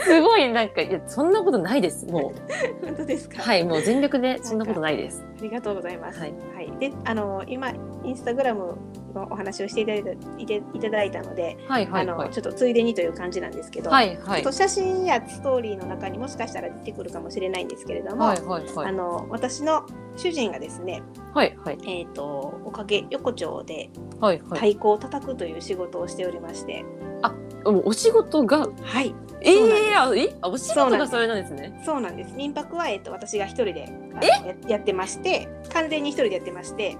S1: すごいなんかいやそんなことないですも う
S2: 本当ですか。
S1: はいもう全力でそんなことないです。
S2: ありがとうございます。
S1: は
S2: はいい、で、あの、今、インスタグラムのお話をしていただいたいていただいたので、
S1: はいはい
S2: あ
S1: はい。
S2: の、ちょっとついでにという感じなんですけど、
S1: はいは
S2: ちょ
S1: い
S2: っと。写真やストーリーの中にもしかしたら出てくるかもしれないんですけれども、
S1: はいはいは
S2: あ
S1: い。
S2: の、私の主人がですね、
S1: はいはい
S2: えっ、と、おかげ横丁で
S1: はいはい。
S2: 太鼓を叩くという仕事をしておりまして、
S1: もうお仕事が
S2: はい、
S1: え
S2: そうなんです
S1: えあえあお仕
S2: そう
S1: 事が
S2: なんです
S1: それなんですね。
S2: そうなんです。民泊は、えっ、と、私が一人で、あのややってまして、完全に一人でやってまして、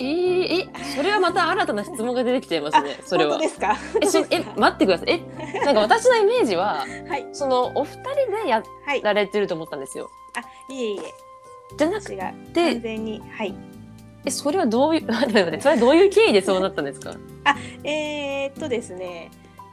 S1: えええそれはまた新たな質問が出てきちゃいますね。それ
S2: 本
S1: は
S2: 当。ですか。
S1: えしえ待ってください。えなんか私のイメージは
S2: はい、
S1: そのお二人でや
S2: はい。
S1: られてると思ったんですよ。
S2: あいえいえ
S1: じゃなく
S2: 私が
S1: て
S2: 完全にはい
S1: え、それはどう いう、待って待って、それはどういう経緯でそうなったん ですか。
S2: えーっとですね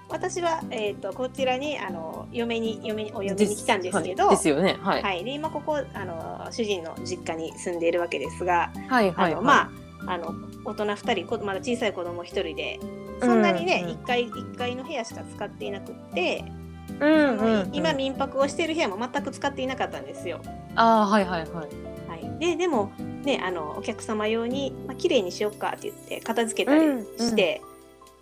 S2: 私は、えーっとこちらにあの嫁に嫁にお嫁に来たんですけど
S1: はいですよね。はい。
S2: はい、で今ここあの主人の実家に住んでいるわけですが、
S1: はい、
S2: あ
S1: はい。
S2: のまああの大人2人こまだ小さい子供1人でそんなにね、
S1: うんうん
S2: 1階1階の部屋しか使っていなくって、
S1: あ、うん、うん。
S2: 今
S1: うん
S2: 民泊をしている部屋も全く使っていなかったんですよ。
S1: あー、はい、はい、はい。
S2: はい、ででもねあのお客様用に、まあ綺麗にしよっかって言って片付けたりして、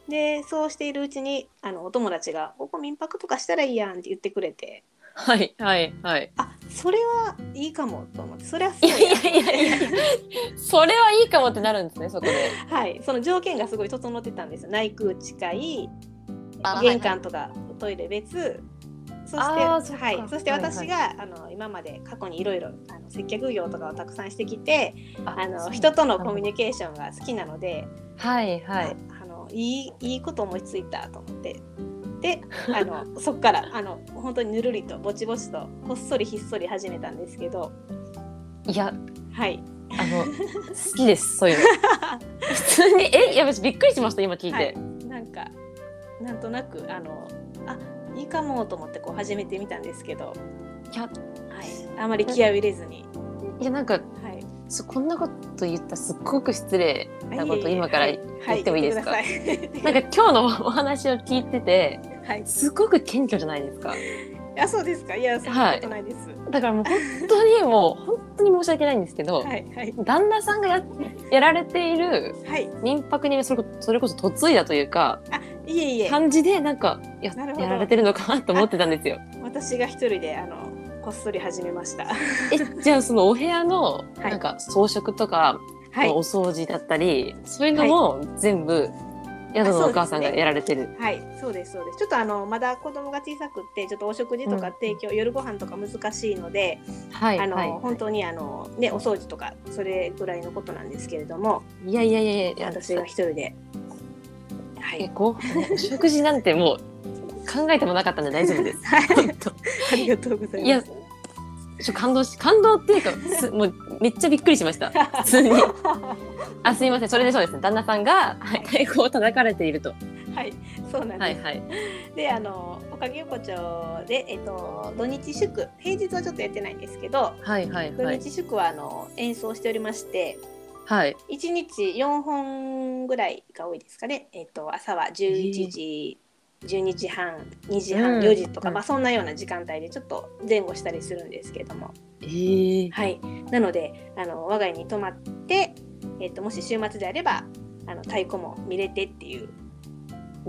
S2: でそうしているうちにあのお友達が「ここ民泊とかしたらいいやん」って言ってくれて
S1: はい、はい、はい。
S2: あそれはいいかもと思ってそれはす
S1: い
S2: ご い
S1: やいやいやいや。それはいいかもってなるんですね、そこ で。
S2: はい、その条件がすごい整ってたんですよ内空近い
S1: あ
S2: 玄関とかトイレ別そして
S1: あーそっか
S2: はい、そして
S1: はいはい
S2: 私が、あの今まで過去にいろいろあの接客業とかをたくさんしてきてあの人とのコミュニケーションが好きなので
S1: はい、はい。
S2: ああのいいいいこと思いついたと思ってで あのそこからあの本当にぬるりとぼちぼちとこっそりひっそり始めたんですけど
S1: いや、
S2: はい
S1: あの、好きです、そういうの。普通 に、え、いや、私びっくりしました、今聞い
S2: は
S1: て
S2: い。、なんかなんとなくあのあいいかもと思ってこう始めてみたんですけど、はい
S1: や、
S2: あまり気合を入れずに、
S1: いや、なんか、
S2: はい、
S1: そこんなこと言ったらすっごく失礼
S2: あ
S1: なこ
S2: いえい
S1: と
S2: え
S1: 今から
S2: は
S1: 言ってもいいですか、
S2: はい言ってく
S1: なん
S2: ださ
S1: か
S2: い
S1: 今日のお話を聞いてて
S2: はい、
S1: すごく謙虚じゃないですか
S2: あそうですかいやそんなことないです、
S1: だからもう本当にもう本当に申し訳ないんですけど、
S2: はい、はい
S1: 旦那さんがややられている
S2: はい
S1: 民泊にそれこそそれこそ嫁いだというか
S2: いえいえ
S1: 感じでなんかや
S2: なるほど
S1: やられてるのかなと思ってたんですよ。
S2: 私が一人であのこっそり始めました
S1: えじゃあそのお部屋の
S2: い
S1: なんか装飾とか、
S2: はい
S1: お掃除だったりそういうのも全部宿のお母さんがやられてる。
S2: はい、そうですそうです。ちょっとあのまだ子供が小さくってちょっとお食事とか提供、夜ご飯とか難しいので、
S1: はい、
S2: あの、
S1: はい
S2: 本当にあのねお掃除とかそれぐらいのことなんですけれども、
S1: いやいやいやいや
S2: 私が一人で、は
S1: え
S2: い、
S1: ごお 食事なんてもう考えてもなかったんで大丈夫です。
S2: はい
S1: 本当
S2: ありがとうございます。
S1: いやちょ感動し感動っていうかすもうめっちゃびっくりしました普通にあすいませんそれでそうですね旦那さんがはい太鼓を叩かれていると
S2: はい、そうなんです。
S1: はいはい
S2: で、あのおかげ横丁でえっと土日祝平日はちょっとやってないんですけど、
S1: はいはい
S2: 土
S1: はい
S2: 日祝はあの演奏しておりまして。
S1: はい
S2: 1日4本ぐらいが多いですかね、えっと朝は11時、12時半2時半、
S1: うん
S2: 4時とか、
S1: うん
S2: まあ、そんなような時間帯でちょっと前後したりするんですけれども、
S1: えー、
S2: はい、なのであの我が家に泊まって、えっともし週末であればあの太鼓も見れてっていう、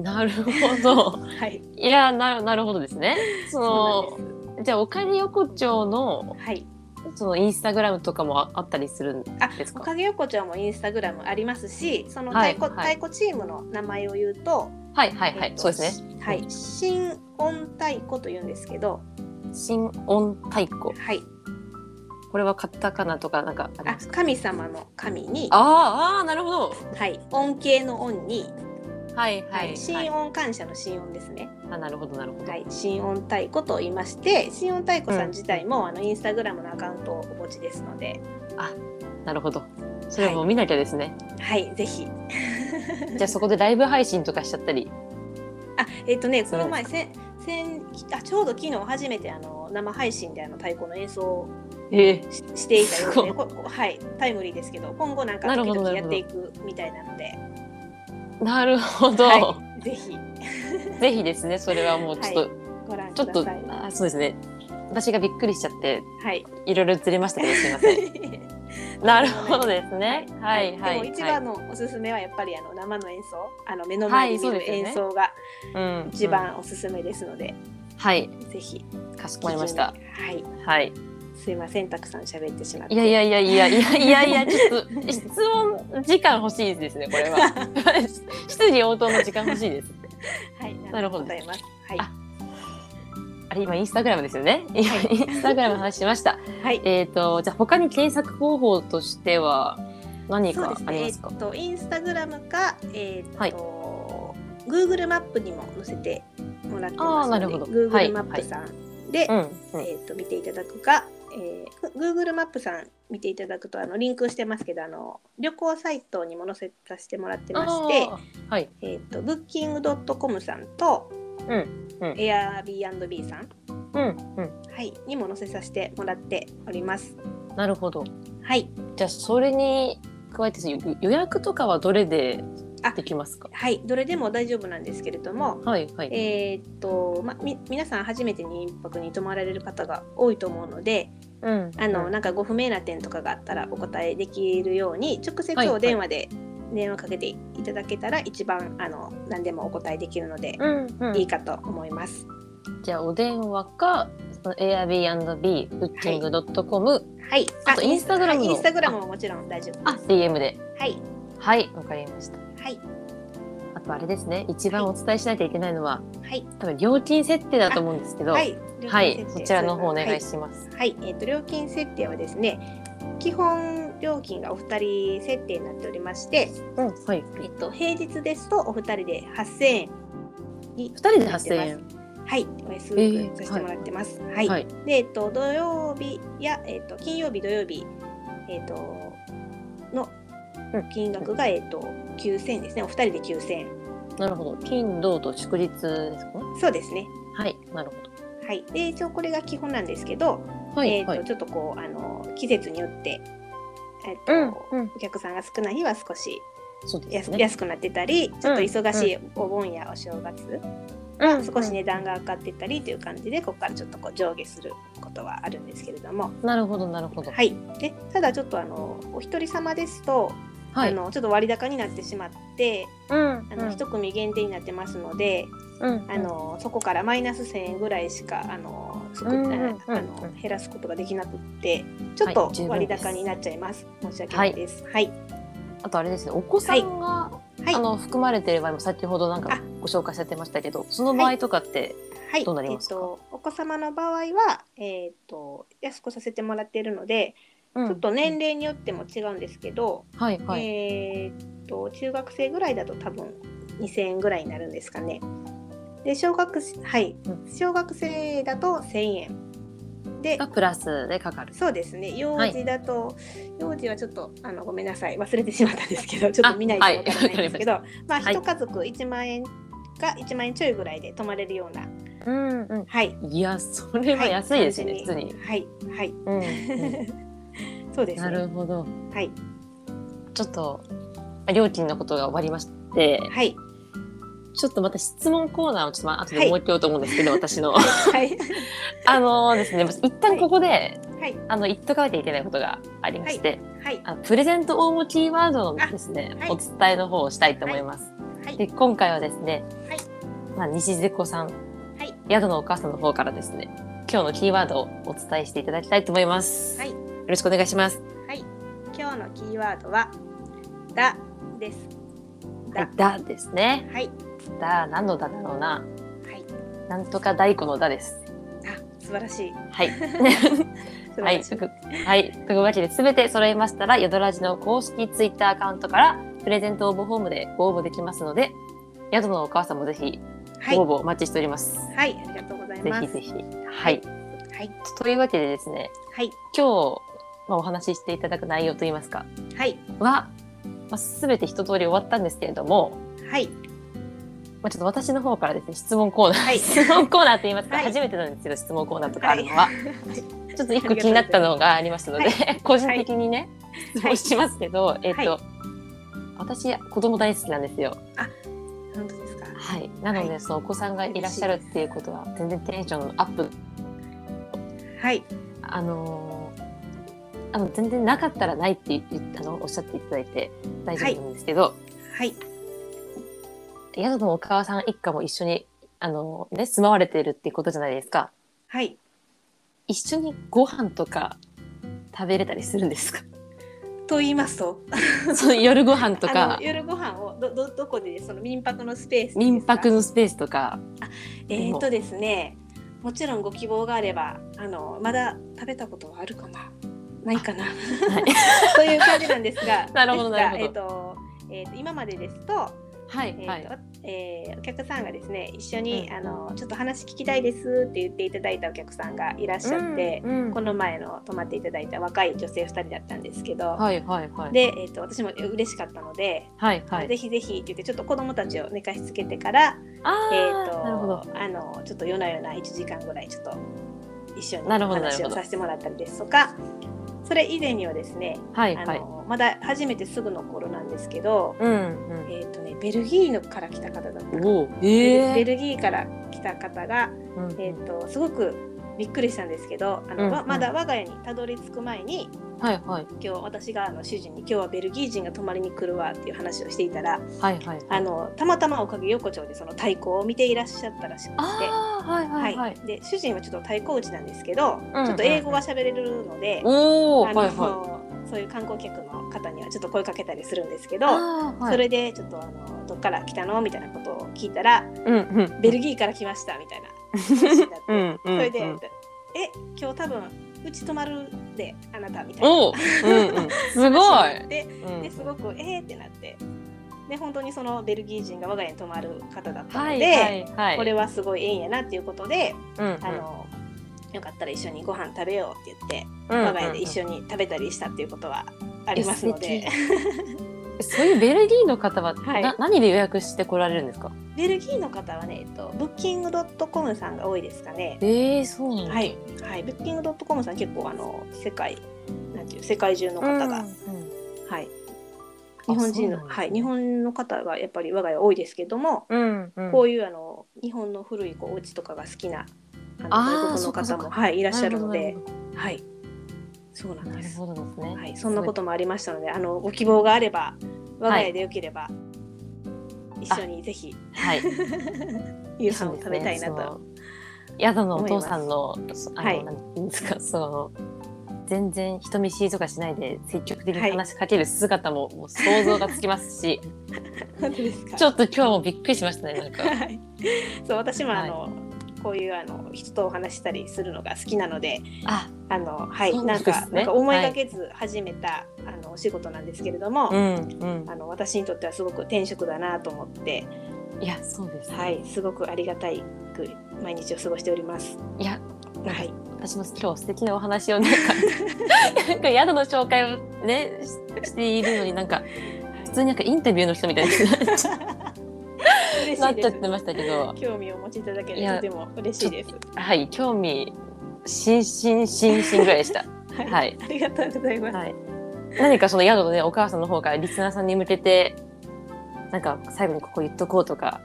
S1: なるほど
S2: はい
S1: いやななるほどですねそ
S2: そ
S1: のじゃあおかげ横丁の
S2: はい、
S1: そのインスタグラムとかもああったりするん
S2: あ
S1: です
S2: お
S1: か
S2: かげ横丁もインスタグラムありますしその
S1: は
S2: 太
S1: い
S2: 鼓,、
S1: はい
S2: 太鼓チームの名前を言うと
S1: はいはいはい
S2: えっと
S1: そうですね
S2: はい、新音太鼓というんですけど、
S1: 新音太鼓
S2: はい、
S1: これはカタカナとかなんかあり
S2: あ
S1: ますか
S2: 神様の神に
S1: あーあーなるほど
S2: はい、恩恵の恩に、
S1: はいは、
S2: は
S1: は
S2: い
S1: い
S2: い、新恩感謝の新恩ですね。
S1: あなるほどなるほど、
S2: はい、新恩太鼓と言いまして、新恩太鼓さ
S1: うん
S2: ん自体も、あのインスタグラムのアカウントをお持ちですので、
S1: なるほどそれはもう見なきゃです ね、
S2: はい、ぜひ。
S1: じゃあそこでライブ配信とかしちゃったり
S2: あ、えっ、とね、
S1: そ
S2: こ
S1: う
S2: の前せん先あちょうど昨日初めてあの生配信であの太鼓の演奏を
S1: ええ
S2: ししていたよう
S1: す
S2: で、ここはい、タイムリーですけど、今後なんか
S1: なる
S2: 時
S1: ほど
S2: 々
S1: なる
S2: やっ
S1: ほ
S2: て
S1: ど
S2: いくみたいなので、
S1: なるほど、
S2: はい、ぜひ
S1: ぜひですねそれはもうちょっと、
S2: はご覧
S1: ちょ
S2: く
S1: っ
S2: だ
S1: と
S2: さい。
S1: あそうですね私がびっくりしちゃって
S2: はい。
S1: いろいろずれましたけどすいません なるほどですねはいはい
S2: でも一番のおすすめはやっぱりあの生の演奏あの目の前で見
S1: はいそうで
S2: る
S1: すよね
S2: 演奏が
S1: はいうん
S2: 一
S1: うん
S2: 番おすすめですので、
S1: はい
S2: ぜひ
S1: かしこ
S2: 聞
S1: まりました
S2: はい
S1: はい
S2: すいませんたくさん喋ってしまって
S1: いやいやいやいやいやいやい やちょっと質問時間欲しいですねこれは 質疑応答の時間欲しいです
S2: はい
S1: なるほど
S2: ございます
S1: ああれ今インスタグラムですよね今インスタグラムの話しました
S2: はい、はい
S1: えっ、と、じゃあ他に検索方法としては何
S2: そう
S1: か
S2: です
S1: あり
S2: ねえ
S1: ますか
S2: っとインスタグラムかえっと、
S1: はい
S2: Google マップにも載せてもらって
S1: あ
S2: ま
S1: ー
S2: す
S1: なるほど
S2: ので Google
S1: はい
S2: マップさんで、
S1: うん、うん
S2: えっと見ていただくか、ええー、グ Google マップさん見ていただくとあのリンクしてますけどあの旅行サイトにも載せさせてもらってまして
S1: あーはい。
S2: えー、とブッキングドットコムさんと、
S1: うんうん
S2: Airbnb さん、
S1: うんう
S2: はい、にも載せさせてもらっております。
S1: ん。なるほど。
S2: はい、
S1: じゃあそれに加えてよ予約とかはどれで
S2: あ
S1: できますか。
S2: はい、どれでも大丈夫なんですけれども、
S1: はいはい。
S2: えーっとま、み皆さん初めてに1泊に泊まられる方が多いと思うので
S1: うん
S2: あの、
S1: うん
S2: なんかご不明な点とかがあったらお答えできるように直接お電話で電話かけていただけたら一番、あの何でもお答えできるので、
S1: うんうん
S2: いいかと思います。
S1: じゃあお電話かその Airbnb、Booking.com、
S2: はい、
S1: あとインスタグラムの
S2: はいインスタグラムももちろん大丈夫
S1: あ
S2: です。
S1: DM で。
S2: はい、
S1: はいわかりました。
S2: はい、
S1: あとあれですね一番お伝えしなきゃいけないのは、
S2: はい、
S1: 多分料金設定だと思うんですけど。
S2: は
S1: はい。
S2: い、
S1: こちらの方お願い
S2: す。
S1: します。
S2: はい、えっ、と料金設定はですね、基本料金がお二人設定になっておりまして、
S1: うんはい。
S2: えっと、平日ですとお二人で8000円に
S1: 二人で八千円。
S2: はいお安
S1: えー
S2: くさせてもらってます、はい
S1: はい
S2: で、えっと、土曜日や、えっと、金曜日土曜日、えっと、の
S1: うん
S2: 金額が、えっと、9000円ですねお二人で9000円
S1: なるほど。金土と祝日ですかね。
S2: そうですね
S1: はい。なるほ
S2: はいで一応これが基本なんですけど、
S1: ど。はい、
S2: えっと
S1: はい。
S2: ちょっとこうあの季節によってえっと、
S1: うん。
S2: お客さんが少ない日は少し
S1: そうです
S2: 安,、
S1: ね。
S2: 安くなってたりちょっと忙しいお盆やお正月、
S1: うん
S2: 少し値段が上がってったりという感じでここからちょっとこう上下することはあるんですけれども、
S1: なるほどなるほど。
S2: はい、でただちょっとあのお一人様ですと、
S1: は
S2: あ
S1: い。
S2: のちょっと割高になってしまって
S1: うん
S2: あの、一組限定になってますので
S1: うん
S2: あのそこからマイナス1,000円ぐらいしかあのすごく
S1: うん
S2: あの
S1: うん
S2: あの減らすことができなくってちょっと
S1: はい十分
S2: 割
S1: です
S2: 高になっちゃいます。申し訳ないです。はい、
S1: あとあれですねお子さんが、
S2: はい
S1: あの含まれている場合も先ほどなんか
S2: あ
S1: ご紹介されてましたけどその場合とかって、
S2: はい、
S1: どうなりますか
S2: えっとお子様の場合はえっと安くさせてもらっているので、
S1: うん
S2: ちょっと年齢によっても違うんですけど。
S1: はいはい、
S2: えーっと中学生ぐらいだと多分2000円ぐらいになるんですかね。で小学生はい、
S1: う
S2: 小学生だと1000円で
S1: がプラスでかかる。
S2: そうですね幼
S1: はい
S2: 児だと、幼児はちょっとあのごめんなさい忘れてしまったんですけどちょっと見ないとわからないんですけ ど、まあ
S1: はい
S2: 一家族1万円が1万円ちょいぐらいで泊まれるような
S1: うんう
S2: はい。
S1: ん。いやそれは
S2: はい
S1: 安いですね、普通
S2: 感じ
S1: に。
S2: はいはい
S1: うんう
S2: そう で
S1: ん、
S2: す
S1: な
S2: ね
S1: るほど。
S2: はい
S1: ちょっと料金のことが終わりまして
S2: はい
S1: ちょっとまた質問コーナーをちょっとまあ後で設けようと思うん ですけど、私の
S2: はい
S1: あのですね一旦ここで、
S2: はい
S1: あの言っとかなきゃいけないことがありまして、
S2: はい
S1: あプレゼント応募キーワードのですね、
S2: あはい
S1: お伝えの方をしたいと思います。
S2: はい
S1: で今回はですね、
S2: はい
S1: まあ、西瀬子さん、
S2: はい
S1: 宿のお母さんの方からですね今日のキーワードをお伝えしていただきたいと思います。
S2: はい
S1: よろしくお願いします。
S2: はい、今日のキーワードは「だ」です。だ。
S1: はいだですね。
S2: はい、
S1: だ何のだだろうな。
S2: はい、
S1: なんとか大根のだです。
S2: あ、素晴らしい。
S1: はい。
S2: 素晴
S1: はい。
S2: らし
S1: と
S2: い。
S1: くはい。というわけで、すべて揃いましたら、ヨドラジの公式ツイッターアカウントから、プレゼント応募フォームでご応募できますので、宿のお母さんもぜひ、
S2: はい、
S1: ご
S2: は
S1: 応募お待ちしております。
S2: い、ありがとうござい
S1: ぜ
S2: ま
S1: ひ
S2: す。
S1: ぜひ。はい。
S2: はい、
S1: というわけでですね、
S2: はい、
S1: 今日、まあ、お話ししていただく内容といいますか、
S2: はい、
S1: は、まあ、すべて一通り終わったんですけれども、
S2: はい、
S1: まあ、ちょっと私の方からですね、質問コーナー、
S2: は い
S1: 質問コーナーと言いますか、
S2: はい
S1: 初めてなんですけど、質問コーナーとかあ
S2: は
S1: る
S2: い、
S1: のは、ちょっと一個気になったのがありましたので、
S2: は
S1: 個人的にね、質問しますけど、えっ、と、
S2: は
S1: 私、子供大好きなんですよ。
S2: 本当ですか。
S1: はい。なので、
S2: はい
S1: そのお子さんがいらっしゃるっていうことは、全然テンションのアップ、
S2: はい、
S1: あのーあの、全然なかったらないって言って、あの、おっしゃっていただいて大丈夫なんですけど、
S2: はい、
S1: 宿のお母さん一家も一緒に、あのね、住まわれているっていうことじゃないですか。
S2: はい。
S1: 一緒にご飯とか食べれたりするんです か
S2: と言いますと、
S1: そう夜ご飯と
S2: あ
S1: か
S2: の、夜ご飯をどどどこでその民泊のスペースですか
S1: 民泊のスペースとか。
S2: えー、とですね、もちろんご希望があれば、あのまだ食べたことはあるかな、ないかな、
S1: い
S2: という感じなんですが、
S1: なるほど
S2: ですが
S1: なるほ
S2: えっ、と、えーと今までですと、
S1: はい
S2: えーと
S1: はい。
S2: ええーお客さんがですね一緒に、あのちょっと話聞きたいですって言っていただいたお客さんがいらっしゃって、
S1: うんうん
S2: この前の泊まっていただいた若い女性2人だったんですけど、
S1: はいはいはい。
S2: で、えー、と私も嬉しかったので、
S1: はいはい。
S2: ぜひぜひって言ってちょっと子供たちを寝かしつけてから、
S1: あ
S2: えー、
S1: ーなるほど。
S2: とあのちょっと夜な夜な1時間ぐらいちょっと一緒に
S1: なるほどなるほ
S2: 話
S1: ど
S2: をさせてもらったりですとかそれ以前にはですね、
S1: はいは
S2: あ
S1: い。
S2: のまだ初めてすぐの頃なんですけど、
S1: うんうん。
S2: えーとね、ベルギーのから来た方だったかな
S1: おお。え
S2: ベ
S1: え。
S2: ルギーから来た方が、
S1: うんうん
S2: えー、とすごくびっくりしたんですけどあの、
S1: うん
S2: わ
S1: うん
S2: まだ我が家にたどり着く前に
S1: はいはい
S2: 今日私があの主人に「今日はベルギー人が泊まりに来るわ」っていう話をしていたら
S1: はいはい。
S2: あのたまたまおかげ横丁でその太鼓を見ていらっしゃったらしくて。
S1: ああはいはいはい。
S2: で主人はちょっと太鼓打ちなんですけど、
S1: うん
S2: ちょっと英語が喋れるので、
S1: おおは
S2: あ
S1: い
S2: の
S1: はい。
S2: そういう観光客の方にはちょっと声かけたりするんですけど、
S1: あーはい
S2: それでちょっとあのどっから来たのみたいなことを聞いたら
S1: うんうん。
S2: ベルギーから来ましたみたいな話になって、
S1: うんうんうん
S2: それで、え今日多分うち泊まるであなたみたいな。
S1: おお。うん うん。すごい。
S2: で
S1: うん
S2: ですごくえーってなってで本当にそのベルギー人が我が家に泊まる方だった
S1: は
S2: の
S1: い
S2: で、
S1: はいはい。
S2: これはすごい縁やなっていうことで、
S1: うんうん
S2: あのよかったら一緒にご飯食べようって言って、
S1: うんうん
S2: 我が家で一緒に食べたりしたっていうことはありますので
S1: え。 そういうベルギーの方は、
S2: はい
S1: な何で予約してこられるんですか。
S2: ベルギーの方はね、えっと、ブッキングドットコムさんが多いですかね。
S1: ええそうなんだ。
S2: はい、はい、ブッキングドットコムさん結構あの世界なんていう世界中の方が、はい日本人の、はい日本の方がやっぱり我が家多いですけども、
S1: うんうん。
S2: こ
S1: いう
S2: いうあの日本の古いこうお家とかが好きなあ
S1: あー
S2: の外
S1: そっかそっか
S2: 国の方もはいいらっしゃるの
S1: な
S2: で
S1: る、ほ
S2: はい、そうなん
S1: どな
S2: で
S1: る
S2: す。
S1: ほどですね。
S2: はい、そんなこともありましたので、あのご希望があれば我が家でよければ、一緒にぜひ
S1: はい。
S2: 夕飯を食べたい
S1: そうです
S2: な
S1: ねそ
S2: と。。
S1: の宿のお父さんの、そあの、
S2: はい
S1: なんていうんですか、その。全然人見知りとかしないで積極的に話しかける姿ももう想像がつきます し、
S2: 本当ですか。
S1: ちょっと今日もびっくりしましたねなんか。
S2: はいそう私も
S1: はい
S2: あの、こういうあの人とお話ししたりするのが好きなので
S1: あ、
S2: あの、はい
S1: そう
S2: な
S1: なん
S2: ん
S1: で
S2: か
S1: すね
S2: なんか思いがけず始めた、あのお仕事なんですけれども、
S1: うんうん。
S2: あの私にとってはすごく転職だなと思って、
S1: いやそうです、ね。
S2: はい、すごくありがたいく毎日を過ごしております。
S1: いや
S2: はい、
S1: 私も今日素敵なお話をね なんか宿の紹介をねししているのになんか普通になんかインタビューの人みたいになっちゃ
S2: 嬉し
S1: ないっ
S2: で
S1: ちゃ
S2: す
S1: ってましたけど
S2: 興味をお持ちいただけ
S1: い
S2: る
S1: や
S2: とても嬉しいです。
S1: はい興味心身心身ぐらいで した
S2: はい、
S1: はい
S2: ありがとうございます。
S1: はい何かその宿のねお母さんの方からリスナーさんに向けてなんか最後にここ言っとこうとか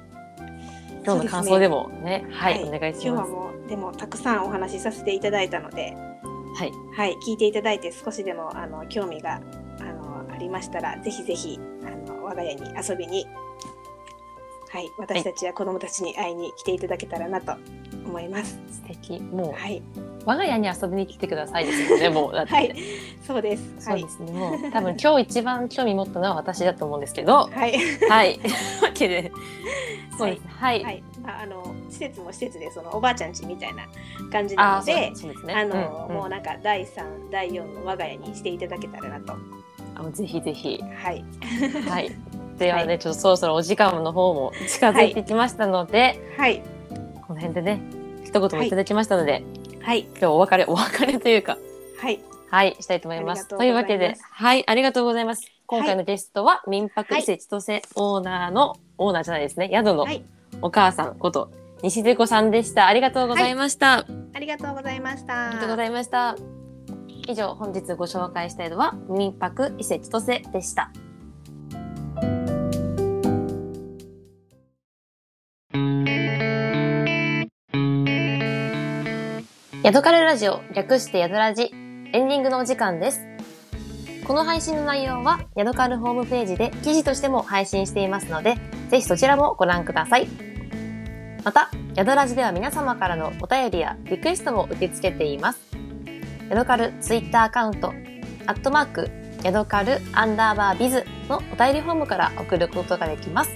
S1: 今日の感想でもねはい、お願いし
S2: 今日
S1: ま
S2: は
S1: す
S2: もうでもたくさんお話しさせていただいたので、
S1: はい
S2: はい、聞いていただいて少しでもあの興味があのありましたらぜひぜひあの我が家に遊びに、はい、私たちや子どもたちに会いに来ていただけたらなと思います。
S1: 素敵も
S2: はい、
S1: う我が家に遊びに来てくださいですよねもうだって、
S2: はい、そうです。
S1: そ
S2: は
S1: う
S2: い
S1: で、すね、もう多分今日一番興味持ったのは私だと思うんですけど
S2: はい、
S1: はいわけでそうですねはい、
S2: はい、ああの施設も施設でそのおばあちゃん家みたいな感じ
S1: あ
S2: な
S1: あ
S2: の
S1: そう
S2: で、
S1: そうですね
S2: あの、
S1: うんうん
S2: もうなんか第三、第四の我が家にしていただけたらなと、
S1: あのぜひぜ ひ
S2: はい、
S1: はいではね、ちょっとそろそろお時間の方も近づいてきましたので、
S2: はい、
S1: この辺でね一言もいただきましたので、
S2: はい、
S1: 今日お別れお別れというか
S2: はい。
S1: はいしたいと思います
S2: ありがとう
S1: と
S2: ござ
S1: い
S2: いうま
S1: わ
S2: す
S1: けではいありがとうございます今回のゲストは、民泊伊勢千歳オーナーの、オーナーじゃないですね宿の
S2: はい
S1: お母さんこと西瀬子さんでしたありがとうございました、
S2: ありがとうございました。
S1: ありがとうございました。以上、本日ご紹介したいのは、民泊伊勢千歳でした。ヤドカルラジオ、略してヤドラジ、エンディングのお時間です。この配信の内容は、ヤドカルホームページで記事としても配信していますので、ぜひそちらもご覧ください。また、ヤドラジでは皆様からのお便りやリクエストも受け付けています。ヤドカルツイッターアカウント、アットマーク、ヤドカルアンダーバービズのお便りフォームから送ることができます。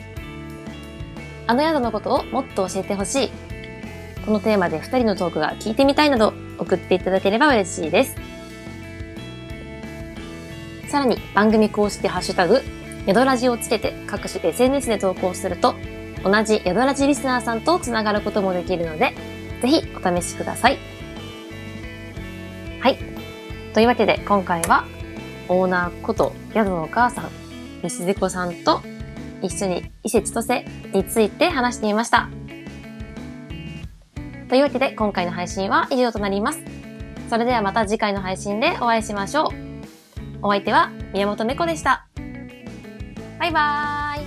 S1: あの宿のことをもっと教えてほしい。このテーマで2人のトークが聞いてみたいなど送っていただければ嬉しいです。さらに番組公式ハッシュタグ、ヤドラジをつけて各種 SNS で投稿すると同じ宿ラジリスナーさんとつながることもできるので、ぜひお試しください。はい。というわけで今回は、オーナーこと宿のお母さん、西出子さんと一緒に伊勢千歳について話してみました。というわけで今回の配信は以上となります。それではまた次回の配信でお会いしましょう。お相手は宮本めこでした。バイバーイ。